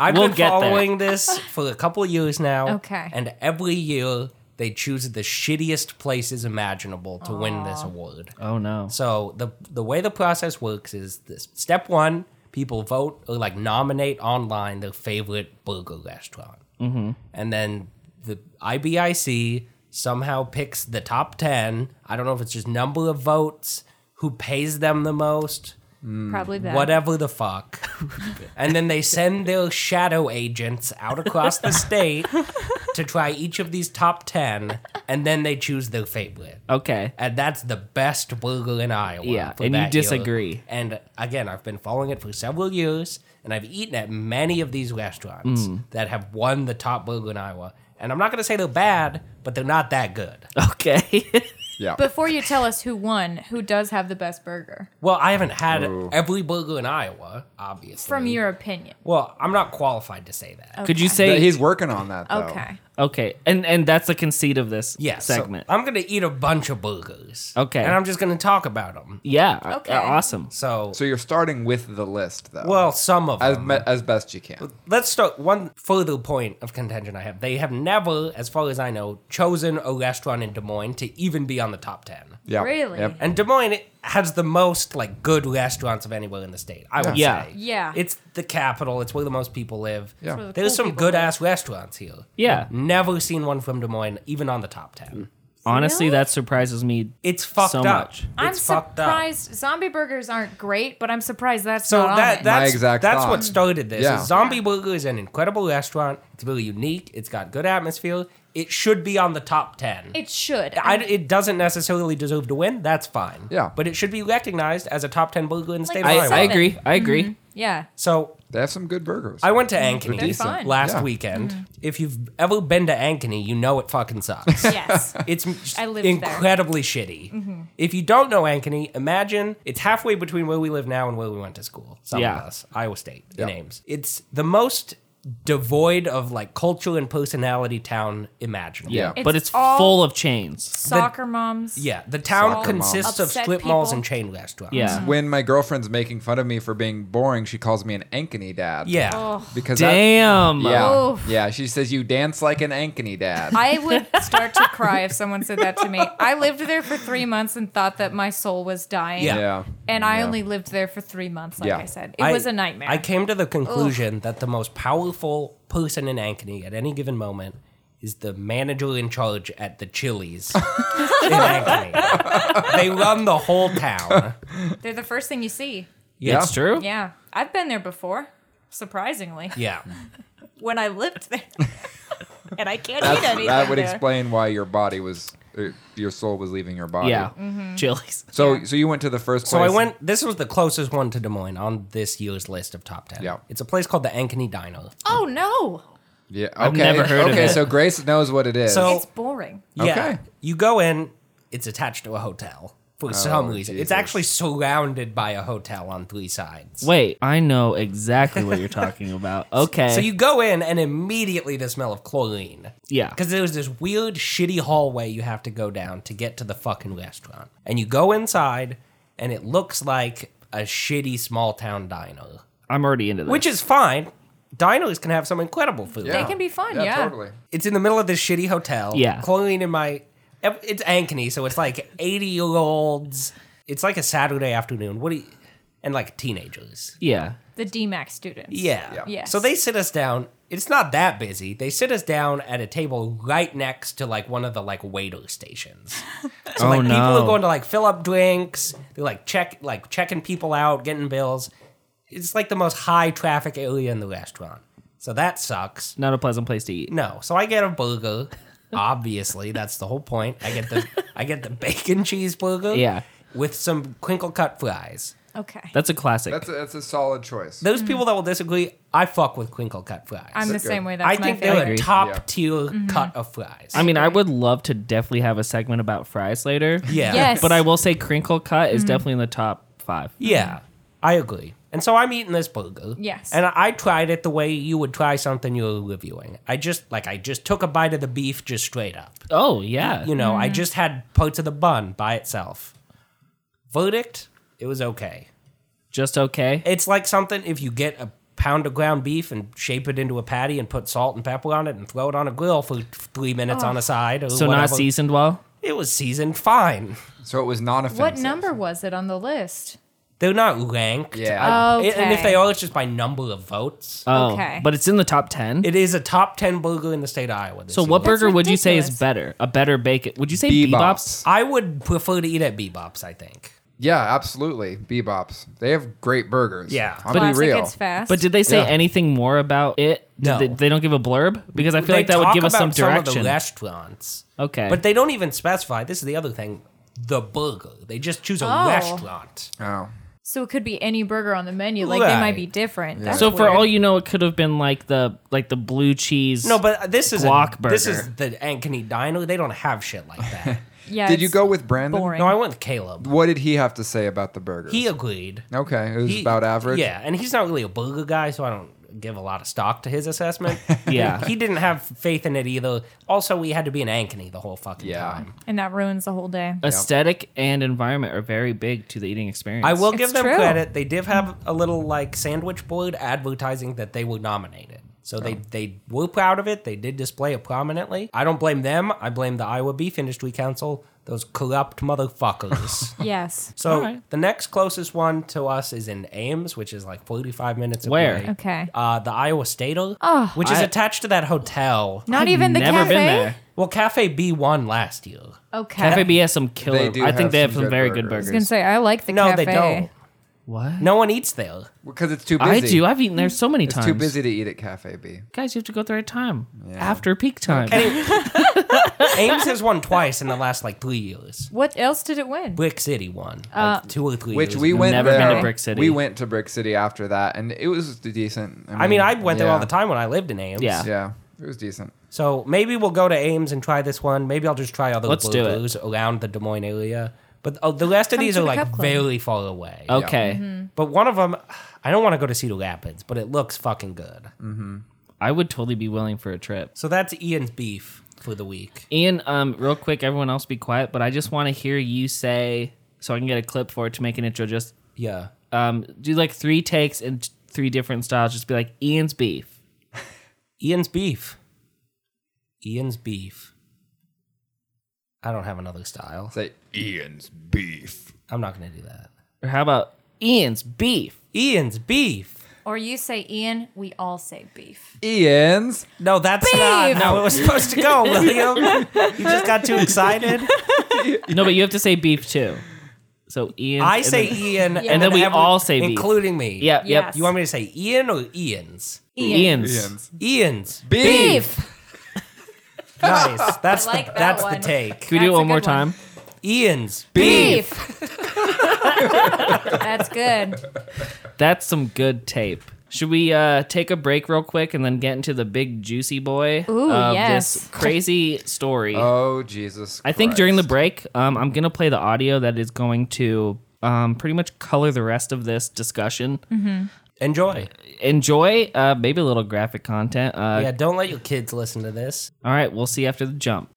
S2: I've
S1: we'll get
S2: been
S1: there.
S2: following this for a couple of years now.
S4: Okay.
S2: And every year they choose the shittiest places imaginable to win this award.
S1: Oh no.
S2: So the the way the process works is this: step one, people vote or like nominate online their favorite burger restaurant, mm-hmm. and then the IBIC somehow picks the top ten. I don't know if it's just number of votes, who pays them the most,
S4: Probably that.
S2: whatever the fuck, and then they send their shadow agents out across the state to try each of these top ten, and then they choose their favorite
S1: Okay.
S2: and that's the best burger in Iowa.
S1: Yeah,
S2: for
S1: and you
S2: that
S1: disagree.
S2: year. And again, I've been following it for several years, and I've eaten at many of these restaurants
S1: Mm.
S2: that have won the top burger in Iowa. And I'm not gonna say they're bad, but they're not that good.
S1: Okay.
S2: e-
S3: Yeah.
S4: Before you tell us who won, who does have the best burger?
S2: Well, I haven't had every burger in Iowa, obviously.
S4: From your opinion.
S2: well, I'm not qualified to say Oh. that.
S1: Could you
S3: Th-
S1: say
S3: He's working on that though.
S4: Okay.
S1: Okay, and and that's the conceit of this
S2: Yeah. so
S1: segment.
S2: I'm gonna eat a bunch of burgers.
S1: Okay.
S2: And I'm just gonna talk about them.
S1: yeah.
S4: Okay.
S1: Okay. awesome.
S2: So,
S3: So you're starting with the list, though.
S2: well, um, some of
S3: as
S2: them.
S3: me- as best you can.
S2: Let's start one further point of contention I have. They have never, as far as I know, chosen a restaurant in Des Moines to even be on the top 10.
S3: Yeah.
S4: Really?
S3: Yep.
S2: And Des Moines has the most like good restaurants of anywhere in the state. I would
S1: Yeah.
S2: say.
S4: Yeah.
S2: It's the capital. It's where the most people live.
S3: Yeah. It's where
S4: the
S2: There's
S4: cool
S2: some
S4: people
S2: good
S4: live.
S2: ass restaurants here.
S1: Yeah.
S2: Never seen one from Des Moines, even on the top ten.
S1: Honestly,
S4: Really?
S1: that surprises me.
S2: It's fucked
S1: So
S2: up.
S1: much.
S2: It's
S4: I'm
S2: fucked up.
S4: surprised. Zombie burgers aren't great, but I'm surprised that's
S2: So
S4: not on
S2: that
S4: it.
S2: that's
S3: exact
S2: that's
S3: thought.
S2: what started this.
S3: Yeah.
S2: is Zombie Burger is an incredible restaurant. It's really unique. It's got good atmosphere. It should be on the top ten.
S4: it should.
S2: I, it doesn't necessarily deserve to win. That's fine.
S3: Yeah.
S2: but it should be recognized as a top ten burger in the state
S4: Like
S2: of
S1: I,
S2: Iowa.
S1: I agree. I
S4: Mm-hmm.
S1: agree.
S4: yeah.
S2: So
S3: They have some good burgers.
S2: I went to Ankeny
S4: They're fun.
S2: last
S3: Yeah.
S2: weekend.
S4: Mm-hmm.
S2: If you've ever been to Ankeny, you know it fucking sucks.
S4: Yes.
S2: It's just
S4: I lived there. Mm-hmm.
S2: incredibly shitty. If you don't know Ankeny, imagine it's halfway between where we live now and where we went to school. Some
S1: Yeah.
S2: of us, Iowa State, the
S3: Yeah.
S2: names. It's the most devoid of like culture and personality town imaginable.
S1: Yeah,
S4: It's
S1: but it's
S4: all-
S1: full of chains.
S4: Soccer moms.
S2: Yeah, the town
S3: Soccer moms.
S2: consists of
S4: Upset
S2: strip malls
S4: people.
S2: and chain restaurants.
S1: Yeah.
S3: when my girlfriend's making fun of me for being boring, she calls me an Ankeny dad.
S2: Yeah.
S4: Oh.
S3: Because that-
S1: Damn.
S3: yeah.
S4: Oof.
S3: Yeah. She says you dance like an Ankeny dad.
S4: I would start to cry if someone said that to me. I lived there for three months and thought that my soul was dying.
S2: Yeah.
S3: yeah.
S4: And I
S3: Yeah.
S4: only lived there for three months, like
S3: Yeah.
S4: I said. It
S2: I-
S4: was a nightmare.
S2: I came to the conclusion that the most powerful person in Ankeny at any given moment is the manager in charge at the Chili's in Ankeny. they run the whole town.
S4: They're the first thing you see.
S2: Yeah.
S1: It's true.
S4: Yeah. I've been there before, surprisingly,
S2: Yeah.
S4: when I lived there. and I can't eat
S3: That's,
S4: anything.
S3: that would
S4: there.
S3: explain why your body was, er, your soul was leaving your body.
S1: Yeah.
S4: Mm-hmm.
S1: Chili's.
S3: So so you went to the first
S2: So
S3: place.
S2: I went, this was the closest one to Des Moines on this year's list of top 10.
S3: Yeah.
S2: It's a place called the Ankeny Diner.
S4: Oh, no.
S3: Yeah. Okay.
S1: never heard of
S3: okay.
S1: it.
S3: So Grace knows what it is.
S2: So-
S4: It's boring.
S2: Yeah.
S3: Okay.
S2: You go in, it's attached to a hotel for some reason. It's
S3: Oh, Jesus.
S2: actually surrounded by a hotel on three sides.
S1: Wait, I know exactly what you're talking about. Okay.
S2: So you go in, and immediately the smell of chlorine.
S1: Yeah.
S2: Because there was this weird, shitty hallway you have to go down to get to the fucking restaurant. And you go inside, and it looks like a shitty small town diner,
S1: I'm already into this.
S2: which is fine. Diners can have some incredible food.
S3: Yeah.
S4: They can be fun, yeah.
S3: Totally.
S2: It's in the middle of this shitty hotel.
S1: Yeah.
S2: Chlorine in my. It's Ankeny, so it's like 80 year olds. It's like a Saturday afternoon. What do you. And like teenagers.
S1: yeah.
S4: The DMAC students.
S2: Yeah.
S3: Yeah.
S4: Yes.
S2: So they sit us down. It's not that busy. They sit us down at a table right next to like one of the like waiter stations. So
S1: Oh,
S2: like people
S1: no.
S2: are going to like fill up drinks. They're like check like checking people out, getting bills. It's like the most high traffic area in the restaurant. So that sucks.
S1: Not a pleasant place to eat.
S2: No. So I get a burger. Obviously, that's the whole point. I get the I get the bacon cheeseburger.
S1: Yeah.
S2: With some crinkle cut fries.
S4: Okay.
S1: That's a classic.
S3: That's a, that's a solid choice.
S2: Those people that will disagree, I fuck with crinkle cut fries.
S4: I'm the
S3: good.
S4: same way. That's
S2: I
S4: my
S2: think
S4: favorite. Mm-hmm.
S2: they're a
S1: agree.
S2: top
S3: Yeah.
S2: tier cut of fries.
S1: I mean, I would love to definitely have a segment about fries later.
S2: yeah,
S4: Yes.
S1: But I will say crinkle cut
S4: Mm-hmm.
S1: is definitely in the top five.
S2: yeah, I agree. And so I'm eating this burger.
S4: Yes.
S2: and I tried it the way you would try something you were reviewing. I just like I just took a bite of the beef just straight up.
S1: Oh, yeah.
S2: You know, I
S4: Mm-hmm.
S2: just had parts of the bun by itself. Verdict: It was okay.
S1: Just okay.
S2: It's like something if you get a pound of ground beef and shape it into a patty and put salt and pepper on it and throw it on a grill for three minutes on a side. Or
S1: So not
S2: whatever.
S1: seasoned well?
S2: It was seasoned fine.
S3: So it was non-offensive.
S4: What number was it on the list?
S2: They're not ranked.
S3: Yeah.
S2: I- And if
S4: Okay.
S2: they are, it's just by number of votes.
S1: Oh,
S4: Okay.
S1: but it's in the top 10.
S2: it is a top 10 burger in the state of Iowa. This
S1: so what
S2: year.
S1: burger would you say is
S4: ridiculous.
S1: better? A better bacon? Would you say
S3: Bebops.
S1: Bebop's?
S2: I would prefer to eat at Bebop's, I think.
S3: Yeah, absolutely. Bebops. They have great burgers.
S2: Yeah.
S3: I'll
S4: Classic,
S3: be real.
S4: It's fast.
S1: But did they say
S3: Yeah.
S1: anything more about it? Did
S2: No.
S1: They, they don't give a blurb because I feel
S2: They
S1: like that would
S2: talk
S1: give us some
S2: about
S1: direction.
S2: Some of the restaurants.
S1: okay.
S2: But they don't even specify. This is the other thing the burger. They just choose a
S4: Oh.
S2: restaurant.
S3: Oh.
S4: so it could be any burger on the menu. Like they
S2: Right.
S4: might be different. That's
S1: so for
S4: weird.
S1: all you know, it could have been like the like the blue cheese.
S2: No, but this is
S1: Guac burger.
S2: this is the Ankeny Diner. They don't have shit like that.
S4: yeah,
S3: Did you
S4: it's
S3: go with Brandon?
S4: boring.
S2: no, I went with Caleb.
S3: What did he have to say about the burgers?
S2: He agreed.
S3: okay, it was
S2: He-
S3: about average.
S2: Yeah, and he's not really a burger guy, so I don't give a lot of stock to his assessment.
S1: Yeah.
S2: he didn't have faith in it either. Also, we had to be in Ankeny the whole fucking
S3: Yeah.
S2: time.
S4: and that ruins the whole day.
S1: Aesthetic and environment are very big to the eating experience.
S2: I will
S4: It's
S2: give them
S4: true.
S2: credit. They did have a little like sandwich board advertising that they were nominated. So
S3: Oh.
S2: they, they were proud of it. They did display it prominently. I don't blame them. I blame the Iowa Beef Industry Council, those corrupt motherfuckers.
S4: Yes.
S2: so
S1: Alright.
S2: the next closest one to us is in Ames, which is like 45 minutes away.
S1: Where?
S4: Okay.
S2: Uh, the Iowa Stater,
S4: Oh.
S2: which is
S1: I-
S2: attached to that hotel.
S4: Not even the
S1: Never
S4: cafe.
S1: been there.
S2: Well, Cafe B won last year.
S4: Okay.
S1: Cafe B has some
S3: They
S1: killer.
S3: do
S1: I think
S3: have
S1: they have
S3: some
S1: some
S3: good
S1: very good burgers.
S3: burgers.
S4: I was gonna say I like the
S2: No,
S4: cafe.
S2: they don't.
S1: what?
S2: No one eats there.
S3: because it's too busy.
S1: I do. I've eaten there so many
S3: it's
S1: times.
S3: too busy to eat at Cafe B.
S1: Guys, you have to go at the right time. After peak time.
S2: Ames has won twice in the last like three years.
S4: What else did it win?
S2: Brick City won like,
S4: Uh,
S2: two or three.
S3: Which
S2: years
S3: we
S2: ago.
S3: went
S1: never
S3: there.
S1: been to Brick City.
S3: We went to Brick City after that, and it was decent.
S2: I mean, I went there all
S3: yeah.
S2: the time when I lived in Ames.
S1: Yeah.
S3: Yeah, it was decent.
S2: So maybe we'll go to Ames and try this one. Maybe I'll just try other
S1: Let's
S2: blue
S1: do it.
S2: blues around the Des Moines area. But oh, the rest of
S4: Come
S2: these
S4: to
S2: are
S4: the
S2: like
S4: Cup Club.
S2: very far away.
S1: okay.
S2: But one of them, I don't want to go to Cedar Rapids, but it looks fucking good.
S1: I would totally be willing for a trip.
S2: So that's Ian's beef for the week.
S1: Ian, um, real quick, everyone else be quiet, but I just want to hear you say, so I can get a clip for it to make an intro. Just
S2: Yeah.
S1: um, do like three takes in t- three different styles. Just be like, Ian's beef.
S2: Ian's beef. Ian's beef. I don't have another style.
S3: Say Ian's beef.
S2: I'm not going to do that.
S1: Or how about Ian's beef?
S2: Ian's beef.
S4: Or you say Ian, we all say beef.
S3: Ian's
S2: No, that's not
S4: Beef!
S2: how it was supposed to go, William. you just got too excited.
S1: No, but you have to say beef too. So Ian.
S2: I say E-
S1: Then,
S2: Ian,
S4: And then
S1: we
S2: every-
S1: all say beef.
S2: including me.
S1: yeah.
S4: Yes.
S1: Yep.
S2: You want me to say Ian or Ian's?
S1: Ian's.
S3: Ian's
S2: Ian's.
S4: Beef.
S2: Nice. That's
S4: like
S2: the,
S4: that
S2: that's
S4: one.
S2: the take.
S1: Can we do
S4: That's
S1: it
S4: a
S1: one more
S4: good one.
S1: time?
S2: Ian's beef.
S4: Beef. That's good.
S1: That's some good tape. Should we uh, take a break real quick and then get into the big juicy boy
S4: Ooh,
S1: of
S4: yes.
S1: this crazy story?
S3: Oh Jesus!
S1: I think during the
S3: Christ.
S1: break, um, I'm gonna play the audio that is going to um, pretty much color the rest of this discussion.
S2: Enjoy.
S1: Enjoy, uh, maybe a little graphic content. Uh,
S2: Yeah, don't let your kids listen to this.
S1: All right, we'll see after the jump.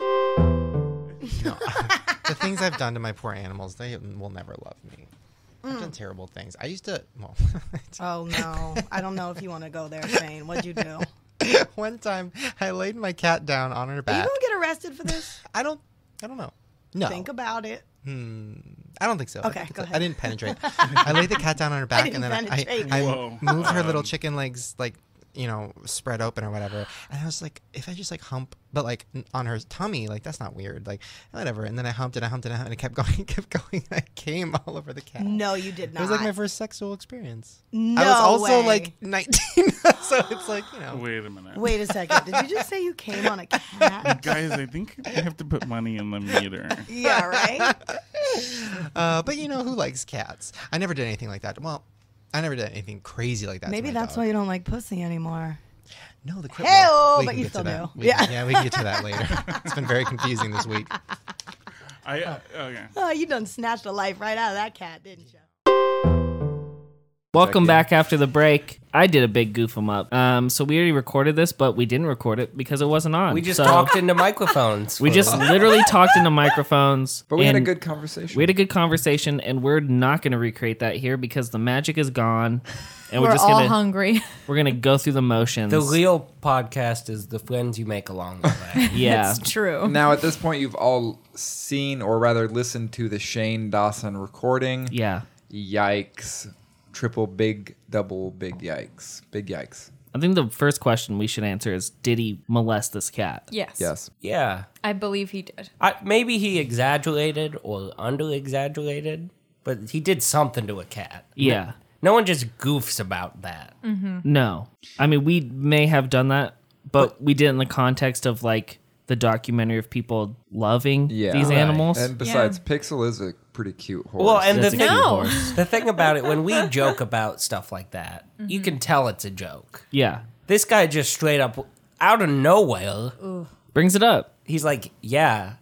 S5: the things I've done to my poor animals, they will never love me. I've
S6: Mm.
S5: done terrible things. I used to, well,
S6: Oh no, I don't know if you want to go there, Shane. What'd you do? You
S5: one time I laid my cat down on her back.
S6: don't get arrested for this.
S5: I don't, I don't know. No,
S6: Think about it.
S5: I don't think so. I
S6: Okay,
S5: think it's-
S6: go ahead.
S5: I didn't penetrate. I laid the cat down on her back and
S6: didn't
S5: then I,
S6: penetrate.
S5: I, I moved her little chicken legs like, you know, spread open or whatever. And I was like, if I just like hump, but like n- on her tummy, like that's not weird. Like whatever. And then I humped and I humped and I humped and it kept going, kept going. I came all over the cat.
S6: No, you did not.
S5: It was like my first sexual experience.
S6: No
S5: I was also
S6: way.
S5: like 19, so it's like, you know.
S7: Wait a minute.
S6: Wait a second. Did you just say you came on a cat?
S7: Guys, I think I have to put money in the meter.
S6: yeah, right.
S5: Uh, but you know who likes cats? I never did anything like that. Well, I never did anything crazy like that. to
S6: Maybe
S5: my
S6: that's
S5: dog.
S6: why you don't like pussy anymore.
S5: No, the crib.
S6: Hey-o,
S5: wall. We
S6: but
S5: can
S6: you
S5: get to
S6: still
S5: that.
S6: do.
S5: We
S6: Yeah.
S5: Can, yeah, we can get to that later. it's been very confusing this week.
S7: I uh, okay.
S6: Oh, you done snatched a life right out of that cat, didn't you?
S1: Welcome
S3: in.
S1: back after the break. I did a big goof 'em up. Um, so we already recorded this, but we didn't record it because it wasn't on.
S2: We just
S1: So
S2: talked into microphones.
S1: We
S2: for-
S1: just literally talked into microphones.
S3: But we had a
S1: and
S3: good conversation.
S1: We had a good conversation, and we're not going to recreate that here because the magic is gone, and we're,
S4: We're
S1: just
S4: all
S1: gonna
S4: hungry.
S1: we're gonna go through the motions.
S2: the real podcast is the friends you make along the way.
S1: yeah,
S4: It's true.
S3: now at this point, you've all seen or rather listened to the Shane Dawson recording.
S1: yeah.
S3: Yikes! Triple big, double big yikes! Big yikes!
S1: I think the first question we should answer is Did he molest this cat?
S4: Yes.
S3: Yes.
S2: yeah.
S4: I believe he did.
S2: I, maybe he exaggerated or under exaggerated, but he did something to a cat.
S1: Yeah.
S2: No one just goofs about that.
S1: No. I mean, we may have done that, but we did it in the context of like the documentary of people loving
S3: Yeah.
S1: these
S3: Right.
S1: animals.
S3: And besides, Pixel is a pretty cute horse.
S2: Well, and the
S1: That's a
S2: thing,
S1: cute
S4: No.
S1: horse.
S2: the thing about it, when we joke about stuff like that, you can tell it's a joke.
S1: Yeah.
S2: This guy just straight up out of nowhere,
S1: Brings it up.
S2: he's like, "Yeah,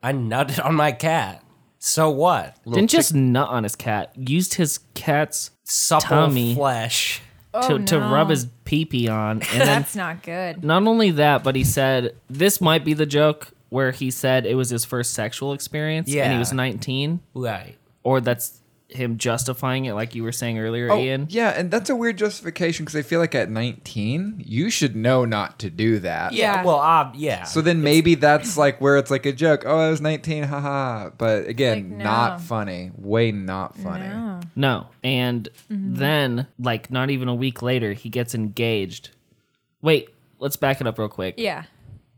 S2: I nutted on my cat. So what?
S1: Didn't just nut on his cat, used his cat's
S2: Supple
S1: Tummy.
S2: flesh
S1: to,
S4: Oh,
S1: to
S4: no.
S1: rub his pee pee on. And then
S4: That's not good.
S1: not only that, but he said this might be the joke where he said it was his first sexual experience and he
S2: Yeah.
S1: was 19,
S2: Right.
S1: or that's him justifying it, like you were saying earlier,
S3: Oh,
S1: Ian.
S3: yeah, and that's a weird justification because I feel like at 19, you should know not to do that.
S2: Yeah.
S4: Yeah.
S2: Well, ob- yeah.
S3: So then maybe that's like where it's like a joke. Oh, I was 19, haha. But again,
S4: Like, no.
S3: not funny. Way not funny.
S4: No.
S1: No. And then, like, not even a week later, he gets engaged. Wait, let's back it up real quick.
S4: Yeah.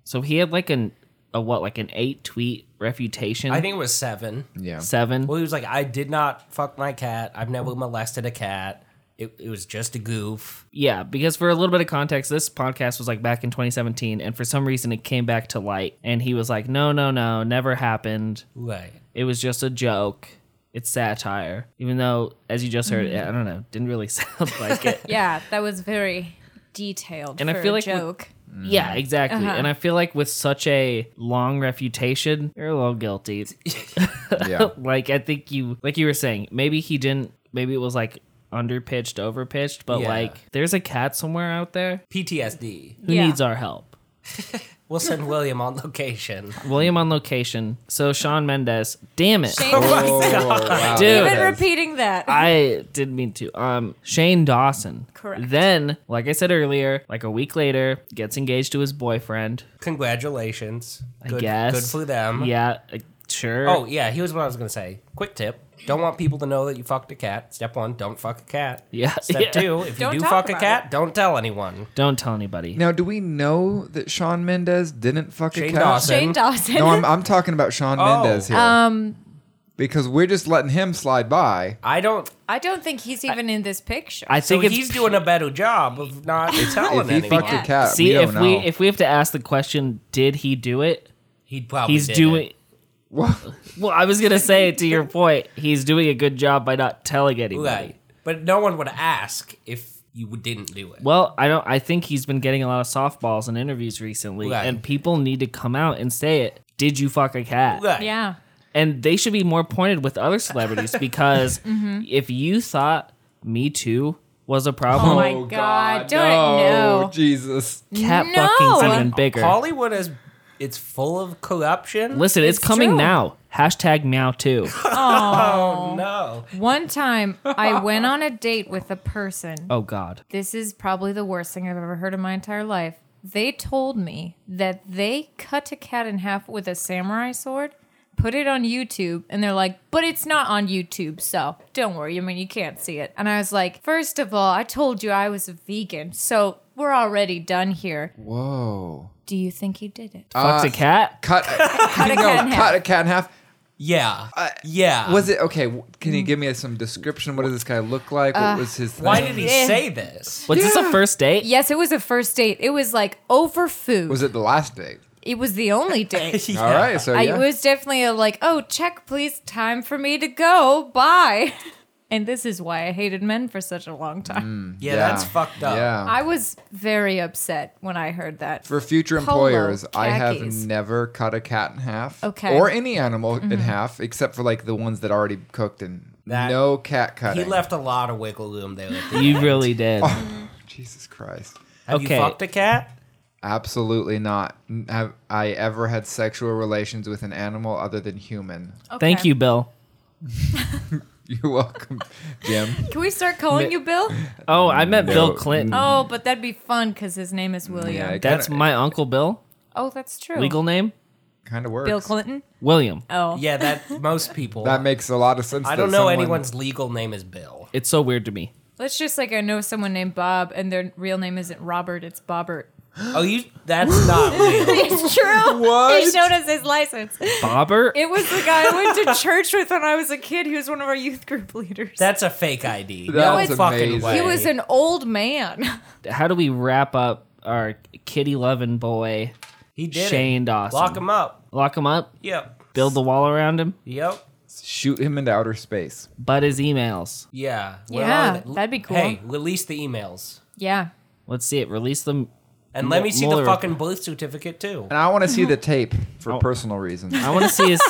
S1: So he had like an, a what, like an eight tweet refutation?
S2: I think it was seven.
S3: Yeah.
S1: seven.
S2: Well, he was like, I did not fuck my cat. I've never molested a cat. It, it was just a goof.
S1: Yeah, because for a little bit of context, this podcast was like back in 2017, and for some reason it came back to light. And he was like, no, no, no, never happened.
S2: Right.
S1: It was just a joke. It's satire. Even though, as you just heard, I don't know, didn't really sound like it.
S4: Yeah. That was very detailed
S1: And I
S4: for
S1: feel
S4: a
S1: like we-
S4: joke.
S1: yeah,
S2: Mm-hmm.
S1: exactly.
S4: Uh-huh.
S1: And I feel like with such a long refutation, you're a little guilty.
S3: Yeah.
S1: like, I think you, like you were saying, maybe he didn't, maybe it was like underpitched, overpitched, but
S2: Yeah.
S1: like there's a cat somewhere out there
S2: PTSD.
S1: who
S4: Yeah.
S1: needs our help.
S2: We'll send William on location.
S1: William on location. So Sean Mendes. Damn it.
S4: Shane,
S3: wow.
S1: Dude.
S4: even repeating that.
S1: I didn't mean to. Um Shane Dawson.
S4: Correct.
S1: Then, like I said earlier, like a week later, gets engaged to his boyfriend.
S2: Congratulations.
S1: I
S2: Good,
S1: guess.
S2: Good for them.
S1: Yeah, uh, sure.
S2: Oh, yeah. Here's what I was going to say. Quick tip. Don't want people to know that you fucked a cat. Step one, don't fuck a cat.
S1: Yeah,
S2: Step
S1: yeah.
S2: two, if you
S4: Don't
S2: do
S4: talk
S2: fuck a
S4: about
S2: cat, don't tell anyone.
S1: Don't tell anybody.
S3: Now, do we know that Sean Mendez didn't fuck a
S2: Shane
S3: cat?
S2: Dawson.
S4: Shane Dawson.
S3: No, I'm, I'm talking about Sean
S2: Oh.
S3: Mendez here.
S4: um,
S3: because we're just letting him slide by.
S2: I don't.
S4: I don't think he's even in this picture.
S1: I
S2: So
S1: think it's
S2: he's doing a better job of not telling
S3: If he
S2: anyone.
S3: fucked a cat,
S1: See
S3: Uh, we don't
S1: if
S3: know.
S1: we if we have to ask the question, did he do it?
S2: Oh, he probably
S1: He's
S2: did
S1: doing
S2: it.
S3: Well,
S1: Well, I was gonna say to your point, he's doing a good job by not telling anybody.
S2: right, but no one would ask if you didn't do it.
S1: Well, I don't. I think he's been getting a lot of softballs in interviews recently,
S2: Right.
S1: and people need to come out and say it. Did you fuck a cat?
S2: Right.
S4: yeah.
S1: And they should be more pointed with other celebrities because if you thought Me Too was a problem,
S4: Oh my God, don't
S3: no,
S4: know.
S3: Jesus.
S1: cat
S4: No.
S1: fucking's
S4: I
S1: even
S4: mean,
S1: bigger.
S2: Hollywood is it's full of corruption.
S1: Listen, it's,
S4: It's
S1: coming
S4: true.
S1: now. Hashtag meow too.
S2: Oh no,
S4: One time I went on a date with a person.
S1: Oh God.
S4: This is probably the worst thing I've ever heard in my entire life. They told me that they cut a cat in half with a samurai sword, put it on YouTube, and they're like, but it's not on YouTube, so don't worry. I mean, you can't see it. And I was like, first of all, I told you I was a vegan, so we're already done here.
S3: Whoa.
S4: Do you think he did it?
S3: Uh,
S1: Fucks a cat.
S3: Cut, cut,
S4: a
S3: no,
S4: cat in half.
S3: cut a cat in half.
S2: yeah, yeah.
S3: Uh, Was it okay? w- Can
S4: Mm.
S3: you give me some description? What did this guy look like? What
S4: Uh,
S3: was his? Thing?
S2: Why did he
S4: Eh.
S2: say this?
S1: Was this a first date?
S4: Yes, it was a first date. It was like over food.
S3: Was it the last date?
S4: it was the only date.
S3: All right, so
S4: I,
S3: yeah.
S4: It was definitely a like, oh, check, please. Time for me to go. Bye. And this is why I hated men for such a long
S3: Mm.
S4: time.
S2: Yeah, that's fucked up.
S3: Yeah.
S4: uh, I was very upset when I heard that.
S3: For future
S4: Polo
S3: employers, I have
S4: khakis.
S3: never cut a cat in half,
S4: Okay. Mm-hmm.
S3: or any animal in half, except for like the ones that already cooked and
S2: That-
S3: no cat cutting.
S2: He left a lot of wiggle room there. At the
S1: You really did.
S3: Jesus Christ.
S2: Have
S1: Okay.
S2: you fucked a cat?
S3: Absolutely not. N- Have I ever had sexual relations with an animal other than human?
S4: Oh.
S1: Thank you, Bill.
S3: You're welcome, Jim.
S4: Can we start calling you Bill?
S1: Oh, I met Bill
S3: No.
S1: Clinton.
S4: Oh, but that'd be fun because his name is William.
S3: Yeah, it
S1: That's
S3: kinda-
S1: my uncle Bill.
S4: oh, that's true.
S1: Legal name
S3: Kind of works.
S4: Bill Clinton.
S1: William.
S4: Oh,
S2: Yeah, that most people.
S3: That makes a lot of sense.
S2: I
S3: that
S2: don't know
S3: someone-
S2: anyone's legal name is Bill.
S1: It's so weird to me.
S4: Let's just like I know someone named Bob, and their real name isn't Robert; it's Bobbert.
S2: Oh, you? That's not real.
S4: it's true.
S3: What?
S4: He showed us his license.
S1: Bobber.
S4: It was the guy I went to church with when I was a kid. He was one of our youth group leaders.
S2: That's a fake ID. no
S3: That's
S2: fucking
S3: amazing.
S2: way.
S4: He was an old man.
S1: how do we wrap up our kitty loving boy
S2: He did
S1: Shane
S2: it.
S1: Dawson?
S2: Lock him up.
S1: Lock him up.
S2: Yep.
S1: Build the wall around him.
S2: Yep.
S3: Shoot him into outer space.
S1: But his emails.
S2: Yeah. We're
S4: Yeah,
S2: on it.
S4: that'd be cool.
S2: Hey, release the emails.
S4: Yeah.
S1: Let's see it. Release them.
S2: And let me see the
S1: Mueller-
S2: fucking birth certificate too.
S4: Mm-hmm.
S3: And I want to see the tape for
S1: Oh.
S3: personal reasons.
S1: I want to see his.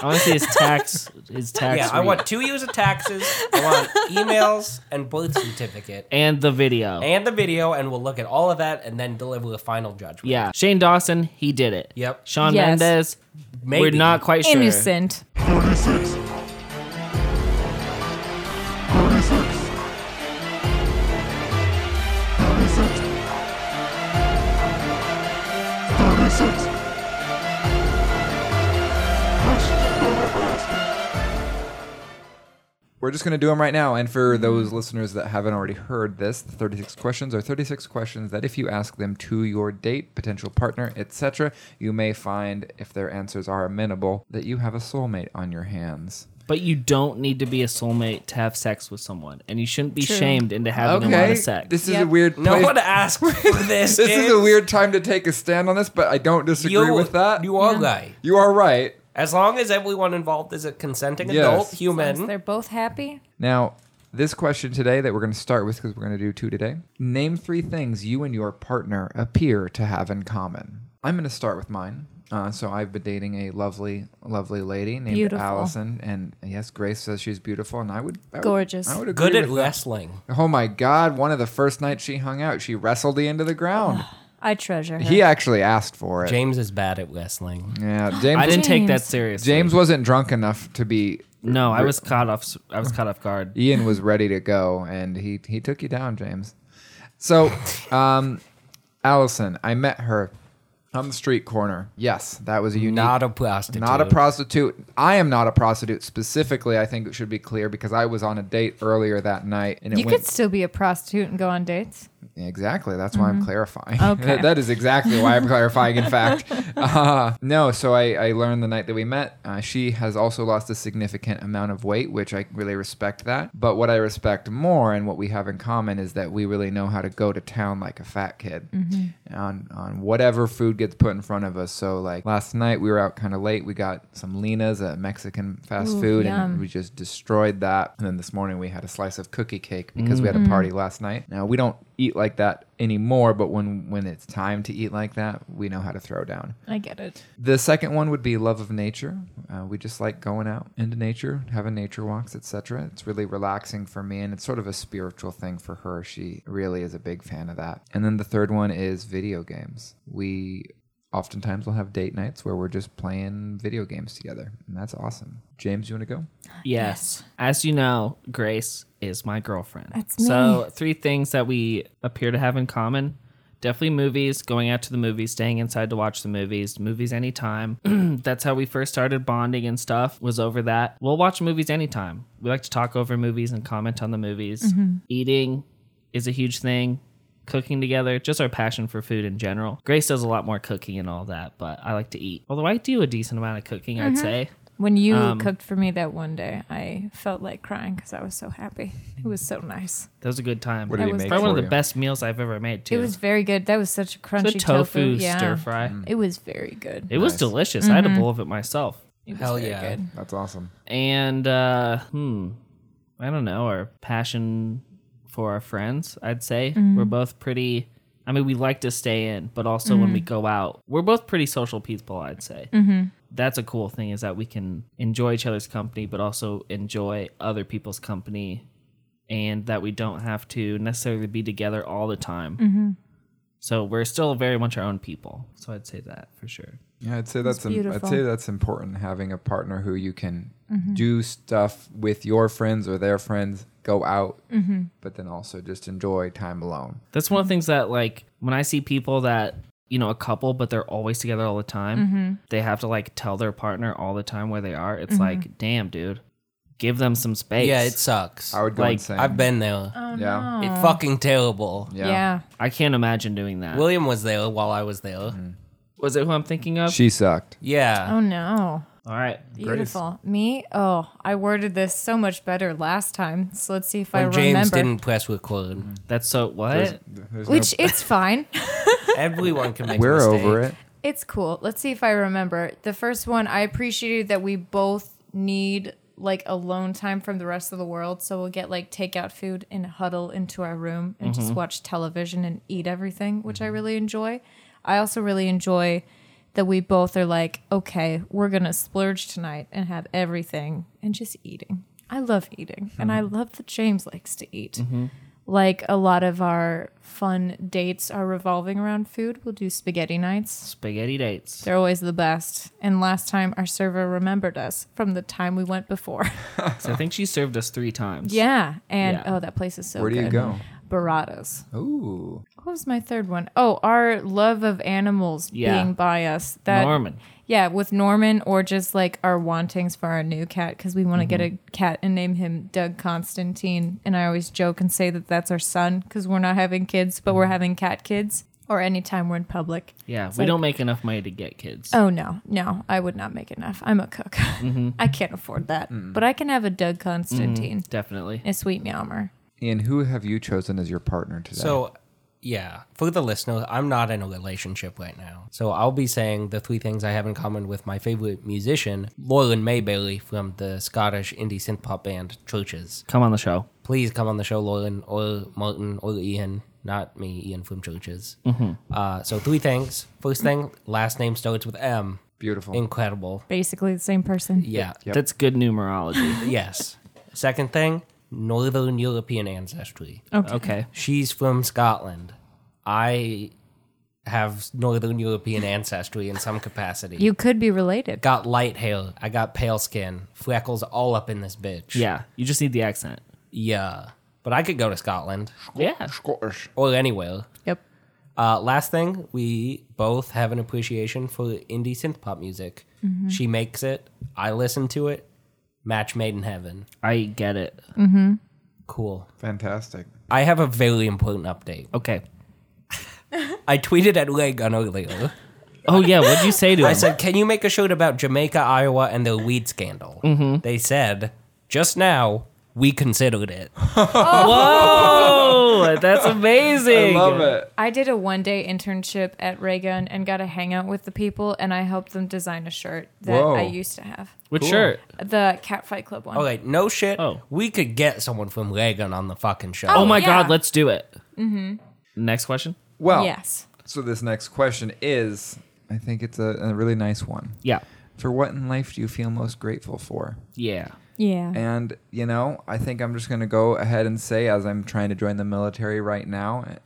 S1: I want to see his tax. His tax.
S2: Yeah, I
S1: read.
S2: want two years of taxes. I want emails and birth certificate
S1: and the video.
S2: and the video, and we'll look at all of that and then deliver a final judgment.
S1: yeah, Shane Dawson, he did it.
S2: Yep.
S1: Sean
S4: Yes.
S1: Mendes,
S2: Maybe.
S1: we're not quite sure.
S4: Innocent.
S8: 36. 36. 36. 36.
S3: We're just going to do them right now. And for
S2: Mm-hmm.
S3: those listeners that haven't already heard this, the 36 questions are 36 questions that if you ask them to your date, potential partner, etc., you may find, if their answers are amenable, that you have a soulmate on your hands.
S1: But you don't need to be a soulmate to have sex with someone, and you shouldn't be
S4: True.
S1: shamed into having a lot
S3: Okay.
S1: of sex.
S3: This is a
S4: Yep.
S3: weird
S2: No
S3: place-
S2: one asked for this.
S3: This is
S2: dude.
S3: a weird time to take a stand on this, but I don't disagree
S2: You-
S3: with that.
S2: You are right.
S3: You are right.
S2: As long as everyone involved is a consenting
S3: Yes.
S2: adult
S3: As
S4: As
S2: human.
S4: they're both happy.
S3: Now, this question today that we're going to start with because we're going to do two today. Name three things you and your partner appear to have in common. I'm going to start with mine. Uh, so I've been dating a lovely, lovely lady named
S4: Beautiful.
S3: Allison, and yes, Grace says she's beautiful, and I would I would-
S4: Gorgeous.
S3: I would agree
S2: Good at
S3: with that.
S2: wrestling.
S3: Oh my God! One of the first nights she hung out, she wrestled the into the ground.
S4: I treasure her.
S3: he actually asked for it.
S2: James is bad at wrestling.
S3: yeah, James.
S1: I didn't take that
S4: James.
S1: seriously.
S3: James wasn't drunk enough to be.
S1: no, I was caught off. I was caught off guard.
S3: Ian was ready to go, and he he took you down, James. So, um, Allison, I met her on the street corner. Yes, that was a unique.
S2: Not a prostitute.
S3: not a prostitute. I am not a prostitute specifically. I think it should be clear because I was on a date earlier that night, and it
S4: You
S3: went
S4: could still be a prostitute and go on dates.
S3: Exactly. That's why I'm clarifying.
S4: Mm-hmm. Okay.
S3: That- that is exactly why I'm clarifying, in fact. Uh, no, so I, I learned the night that we met. Uh, she has also lost a significant amount of weight, which I really respect that. But what I respect more and what we have in common is that we really know how to go to town like a fat kid
S4: Mm-hmm.
S3: on, on whatever food gets put in front of us. So, like last night, we were out kind of late. We got some Lena's, a Mexican fast
S4: Ooh,
S3: food,
S4: yum.
S3: and we just destroyed that. And then this morning we had a slice of cookie cake because we had
S4: Mm.
S3: a party last night. Now we don't eat like that anymore, but when when it's time to eat like that, we know how to throw down.
S4: I get it.
S3: The second one would be love of nature. Uh, we just like going out into nature, having nature walks, etc. It's really relaxing for me, and it's sort of a spiritual thing for her. She really is a big fan of that. And then the third one is video games. We oftentimes will have date nights where we're just playing video games together, and that's awesome. James, you want to go?
S1: Yes. As you know, Grace is my girlfriend.
S4: That's me.
S1: So, three things that we appear to have in common definitely movies, going out to the movies, staying inside to watch the movies, movies anytime. That's how we first started bonding and stuff, was over that. We'll watch movies anytime. We like to talk over movies and comment on the movies.
S4: Mm-hmm.
S1: Eating is a huge thing. Cooking together, just our passion for food in general. Grace does a lot more cooking and all that, but I like to eat. Although I do a decent amount of cooking,
S4: Mm-hmm.
S1: I'd say.
S4: When you cooked for me that one day, I felt like crying because I was so happy. It was so nice.
S1: That was a good time.
S3: What did
S4: That
S3: he
S4: was
S3: make
S1: Probably one
S3: for
S1: of the
S3: you?
S1: best meals I've ever made too.
S4: It was very good. That was such a
S1: It was
S4: crunchy
S1: a
S4: tofu,
S1: tofu
S4: yeah. Mm-hmm.
S1: stir fry.
S4: It was very good.
S1: It was
S3: Mm. Nice.
S1: delicious. I had a bowl of it myself.
S4: It was
S2: Hell
S4: very
S2: yeah.
S4: good.
S3: That's awesome.
S1: And uh, hmm, I don't know our passion for our friends. I'd say we're both pretty. I mean, we like to stay in, but also when we go out, we're both pretty social people. I'd say that's a cool thing is that we can enjoy each other's company, but also enjoy other people's company, and that we don't have to necessarily be together all the time. So we're still very much our own people. So I'd say that for sure.
S3: Yeah, I'd say that's im- I'd
S4: beautiful. Mm-hmm.
S3: say that's important having a partner who you can do stuff with your friends or their friends, go out,
S4: Mm-hmm.
S3: but then also just enjoy time alone.
S1: That's one of the things that like when I see people that you know a couple but they're always together all the time,
S4: Mm-hmm.
S1: they have to like tell their partner all the time where they are. It's like, damn, dude, give them some space.
S2: Yeah, it sucks.
S3: I would go
S1: Like,
S3: insane.
S2: I've been there.
S4: Oh,
S3: yeah.
S2: It's fucking terrible.
S3: yeah,
S4: yeah.
S1: I can't imagine doing that.
S2: William was there while I was there.
S3: Mm-hmm.
S1: Was it who I'm thinking of?
S3: She sucked.
S2: Yeah.
S4: Oh no.
S1: all right,
S4: Beautiful. Me? Oh, I worded this so much better last time. So let's see if Oh, I
S2: When James
S4: remember.
S2: didn't press record.
S3: Mm-hmm.
S1: that's so what?
S3: There's no-
S4: Which it's fine.
S2: Everyone can make
S3: we're
S2: a mistake.
S3: over it.
S4: It's cool. Let's see if I remember. The first one, I appreciated that we both need like alone time from the rest of the world. So we'll get like takeout food and huddle into our room and just watch television and eat everything, which I really enjoy. I also really enjoy that we both are like, okay, we're gonna splurge tonight and have everything and just eating. I love eating, and I love that James likes to eat. Like a lot of our fun dates are revolving around food. We'll do spaghetti nights.
S1: Spaghetti dates.
S4: They're always the best. And last time our server remembered us from the time we went before.
S1: 'Cause I think she served us three times.
S4: yeah. And
S1: Yeah.
S4: oh, that place is so
S3: Where do you
S4: good.
S3: go?
S4: Baratas.
S3: Ooh.
S4: What was my third one? Oh, our love of animals
S1: Yeah.
S4: being by us. That
S1: Norman.
S4: Yeah, with Norman or just like our wantings for our new cat because we want to get
S3: Mm-hmm.
S4: a cat and name him Doug Constantine. And I always joke and say that that's our son because we're not having kids, but
S3: Mm-hmm.
S4: we're having cat kids. Or anytime we're in public.
S1: Yeah,
S4: It's
S1: we
S4: like-
S1: don't make enough money to get kids.
S4: Oh no, no, I would not make enough. I'm a cook. I can't afford that, but I can have a Doug Constantine,
S1: Definitely.
S4: and a sweet meowmer.
S3: And who have you chosen as your partner today?
S2: So, yeah, for the listener, I'm not in a relationship right now. So I'll be saying the three things I have in common with my favorite musician, Lauren Mayberry from the Scottish indie synth pop band Churches.
S1: Come on the show.
S2: Please come on the show, Lauren or Martin or Ian, not me, Ian from Churches.
S3: Mm-hmm.
S2: Uh, so three things. First thing, last name starts with M.
S3: Beautiful.
S2: Incredible.
S4: Basically the same person.
S2: Yeah.
S3: Yep.
S1: That's good numerology.
S2: Yes. Second thing, Northern European ancestry.
S4: Okay.
S1: okay.
S2: She's from Scotland. I have Northern European ancestry in some capacity.
S4: You could be related.
S2: got light hair. I got pale skin. Freckles all up in this bitch.
S1: Yeah, you just need the accent.
S2: Yeah. But I could go to Scotland
S1: Yeah.
S3: Scottish.
S2: or anywhere.
S4: Yep.
S2: Uh, last thing, we both have an appreciation for indie synth pop music.
S4: Mm-hmm.
S2: She makes it. I listen to it. Match made in heaven.
S1: I get it.
S2: Cool.
S3: Fantastic.
S2: I have a very important update.
S1: Okay.
S2: I tweeted at Leg on earlier.
S1: Oh yeah, what'd you say to him?
S2: I said, "Can you make a shoot about Jamaica, Iowa, and the weed scandal?" Mm-hmm. They said, "Just now, we considered it."
S1: oh, that's amazing.
S3: it.
S4: I did a one day internship at Raygun and got to hang out with the people, and I helped them design a shirt that
S3: Whoa.
S4: I used to have.
S1: What shirt?
S4: The Cat Fight Club one.
S2: Okay, no shit.
S1: Oh.
S2: We could get someone from Reagan on the fucking show.
S1: Oh my
S4: yeah.
S1: god, let's do it. Mm-hmm. Next question.
S3: Well,
S4: Yes.
S3: so this next question is I think it's a, a really nice one.
S1: Yeah.
S3: For what in life do you feel most grateful for?
S1: Yeah.
S4: Yeah.
S3: And, you know, I think I'm just going to go ahead and say, as I'm trying to join the military right now, eh,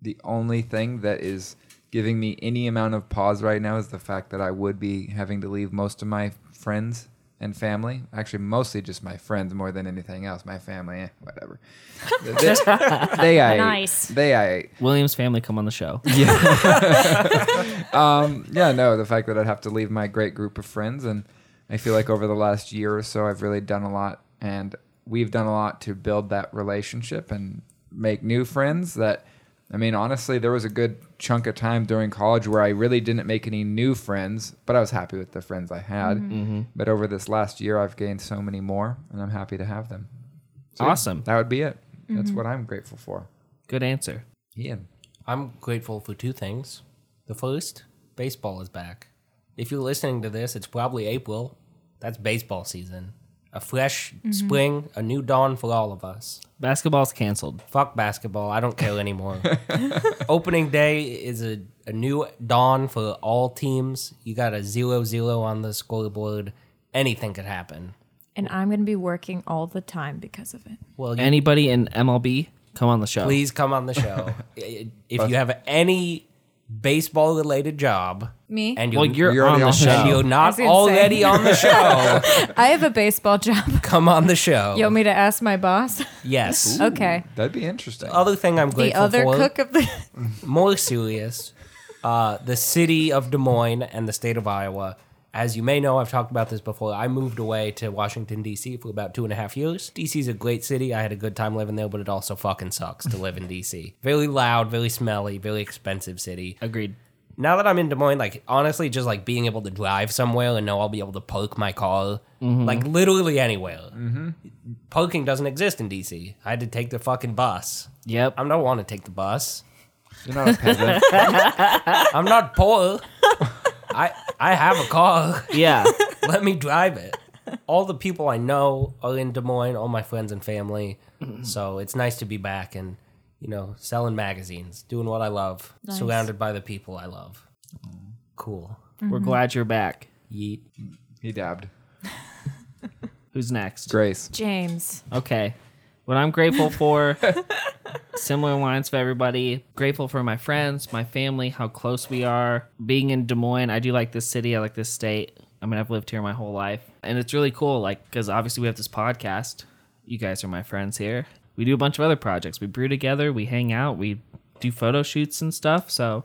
S3: the only thing that is giving me any amount of pause right now is the fact that I would be having to leave most of my friends and family. Actually, mostly just my friends more than anything else. My family, eh, whatever. they, they I ate.
S4: Nice.
S3: They I ate.
S1: Williams family come on the show.
S3: yeah, no, the fact that I'd have to leave my great group of friends. And I feel like over the last year or so, I've really done a lot. And we've done a lot to build that relationship and make new friends that, I mean, honestly, there was a good chunk of time during college where I really didn't make any new friends, but I was happy with the friends I had. But over this last year, I've gained so many more, and I'm happy to have them. So, yeah,
S1: Awesome.
S3: that would be it. That's what I'm grateful for.
S1: Good answer.
S3: Ian.
S2: I'm grateful for two things. The first, baseball is back. If you're listening to this, it's probably April. That's baseball season. A fresh
S1: Mm-hmm.
S2: spring, a new dawn for all of us.
S1: Basketball's canceled.
S2: Fuck basketball. I don't care anymore. Opening day is a, a new dawn for all teams. You got a zero zero on the scoreboard. Anything could happen.
S4: And I'm going to be working all the time because of it.
S2: Well, you
S1: Anybody in MLB, come on the show.
S2: please come on the show. if you have any baseball related job
S4: Me?
S2: and you're,
S1: Well, you're,
S3: You're
S1: on
S3: already
S1: the show.
S3: on the
S2: and you're
S4: I
S2: not
S4: was gonna
S2: already
S4: say.
S2: on the show,
S4: I have a baseball job.
S2: come on the show.
S4: You want me to ask my boss?
S2: yes.
S4: Okay.
S3: That'd be interesting.
S2: Other thing I'm
S4: The
S2: grateful
S4: other
S2: for,
S4: cook of the.
S2: more serious, uh, the city of Des Moines and the state of Iowa. As you may know, I've talked about this before. I moved away to Washington, D.C. for about two and a half years. D.C. is a great city. I had a good time living there, but it also fucking sucks to live in D.C. Very loud, very smelly, very expensive city.
S1: Agreed.
S2: now that I'm in Des Moines, like honestly, just like being able to drive somewhere and know I'll be able to park my car, like literally anywhere. Parking doesn't exist in DC. I had to take the fucking bus.
S1: Yep.
S2: I don't want to take the bus.
S3: You're not a peasant.
S2: I'm not poor. I I have a car.
S1: yeah.
S2: Let me drive it. All the people I know are in Des Moines. All my friends and family. So it's nice to be back and you know selling magazines, doing what I love, surrounded by the people I love. Cool.
S1: We're glad you're back.
S2: Yeet.
S3: He dabbed.
S1: Who's next?
S3: Grace.
S4: James.
S1: Okay. What I'm grateful for, similar lines for everybody. Grateful for my friends, my family, how close we are. Being in Des Moines, I do like this city. I like this state. I mean, I've lived here my whole life. And it's really cool, like, because obviously we have this podcast. You guys are my friends here. We do a bunch of other projects. We brew together, we hang out, we do photo shoots and stuff. So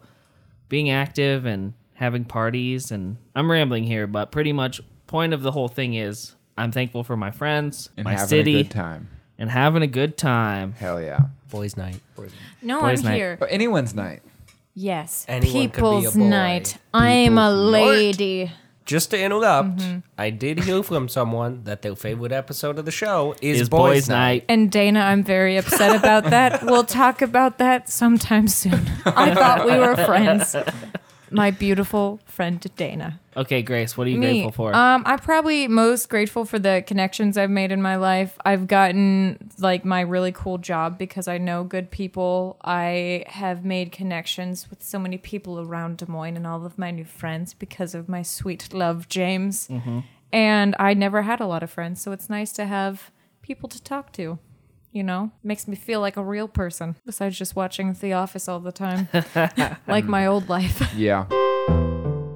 S1: being active and having parties and I'm rambling here, but pretty much point of the whole thing is I'm thankful for my friends,
S3: And
S1: my
S3: having
S1: city,
S3: a good time.
S1: and having a good time.
S3: Hell yeah.
S2: Boys' night.
S4: No,
S1: Boys'
S4: I'm
S1: night.
S4: here.
S3: But anyone's night.
S4: Yes.
S2: Anyone could be a
S4: People's
S2: boy.
S4: night. I'm a
S2: People's
S4: lady.
S2: Just to interrupt, I did hear from someone that their favorite episode of the show is,
S1: Is boys' night.
S4: And Dana, I'm very upset about that. we'll talk about that sometime soon. I thought we were friends. My beautiful friend Dana.
S1: Okay, Grace, what are you
S4: Me.
S1: grateful for?
S4: Um, I'm probably most grateful for the connections I've made in my life. I've gotten like my really cool job because I know good people. I have made connections with so many people around Des Moines and all of my new friends because of my sweet love, James.
S1: Mm-hmm.
S4: And I never had a lot of friends, so it's nice to have people to talk to. You know, makes me feel like a real person besides just watching The Office all the time, like my old life.
S3: Yeah.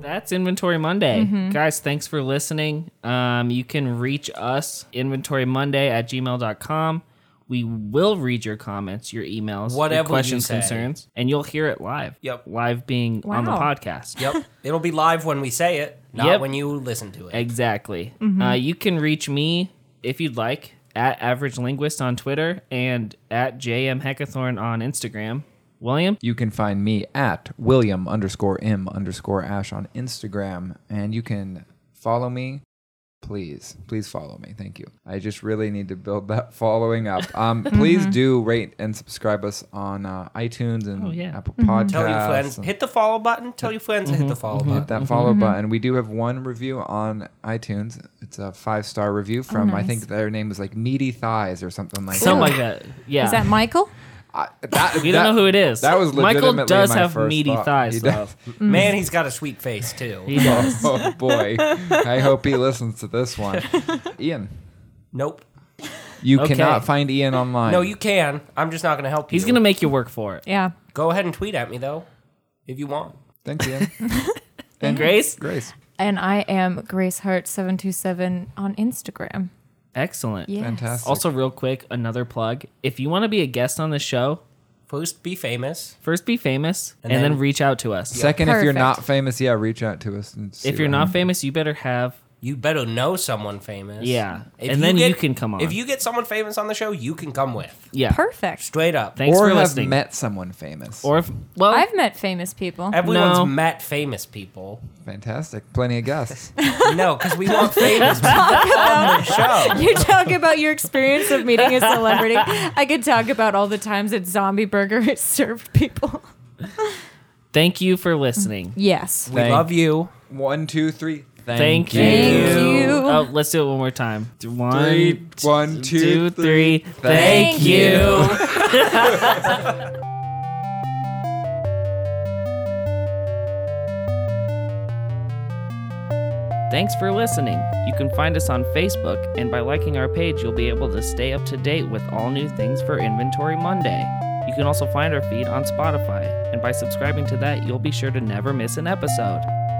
S1: That's Inventory Monday.
S4: Mm-hmm.
S1: Guys, thanks for listening. Um, you can reach us, Inventory Monday at gmail.com. We will read your comments, your emails, your
S2: Whatever you
S1: questions,
S2: say.
S1: concerns, and you'll hear it live.
S2: Yep.
S1: Live being on the
S4: Wow.
S1: podcast.
S2: Yep. It'll be live when we say it, not
S1: Yep.
S2: when you listen to it.
S1: Exactly.
S4: Mm-hmm.
S1: Uh, you can reach me if you'd like at Average Linguist on Twitter and at JM Heckathorn on Instagram. William,
S3: You can find me at William underscore M underscore Ash on Instagram, and you can follow me. Please, please follow me. Thank you. I just really need to build that following up. Um, please do rate and subscribe us on uh, iTunes and
S1: Mm-hmm. Oh, yeah. Mm-hmm.
S3: Apple Podcasts.
S2: Tell your friends,
S3: and-
S2: hit the follow button. Tell your friends to hit the follow
S3: hit
S2: button.
S3: that follow button. We do have one review on iTunes. It's a five star
S1: Oh,
S3: review from I think their name was like Meaty Thighs or something like
S1: something
S3: that.
S1: like that. Yeah.
S4: Is that Michael?
S3: I- that-
S1: we don't
S3: that-
S1: know who it is.
S3: That was
S1: Michael
S3: legitimately
S1: does
S3: my
S1: have
S3: first
S1: meaty
S3: thought. He
S1: thighs,
S3: does.
S1: though.
S2: Man, he's got a sweet face too.
S1: Mm-hmm. He does.
S3: oh boy i hope he listens to this one ian
S2: nope.
S3: you
S1: Okay.
S3: cannot find ian online
S2: No, you can. I'm just not going to help
S1: He's
S2: you.
S1: going to make you work for it.
S4: Yeah.
S2: Go ahead and tweet at me though, if you want.
S3: thanks ian
S1: And Grace?
S3: grace
S4: And I am Grace Hart seven two seven on Instagram.
S1: Excellent.
S4: Yes.
S3: fantastic
S1: Also, real quick, another plug. If you want to be a guest on the show,
S2: First, be famous.
S1: first be famous and,
S2: And
S1: then,
S2: then-
S1: reach out to us.
S3: second if you're
S4: Perfect.
S3: not famous yeah reach out to us and see
S1: If you're
S3: what
S1: not
S3: happens.
S1: famous, you better have.
S2: You better know someone famous.
S1: Yeah. And then you can come on.
S2: If you get someone famous on the show, you can come with.
S1: Yeah.
S4: Perfect.
S2: Straight up.
S1: Thanks
S3: or
S1: for
S3: have
S1: listening.
S3: met someone famous
S1: or if, well,
S4: I've met famous people.
S2: Everyone's
S1: No.
S2: met famous people.
S3: fantastic plenty of guests
S2: No, because we want famous people
S4: Talk about-
S2: on the show.
S4: you talk about your experience of meeting a celebrity. I could talk about all the times that Zombie Burger has served people.
S1: thank you for listening.
S4: Yes.
S2: We love you.
S3: one two three
S1: Thank, you.
S4: you. Thank you.
S1: Oh, let's do it one more time. One,
S3: Three, one,
S1: two,
S3: two,
S1: three.
S3: Thank
S1: Thank you. Thanks for listening. You can find us on Facebook, and by liking our page, you'll be able to stay up to date with all new things for Inventory Monday. You can also find our feed on Spotify, and by subscribing to that, you'll be sure to never miss an episode.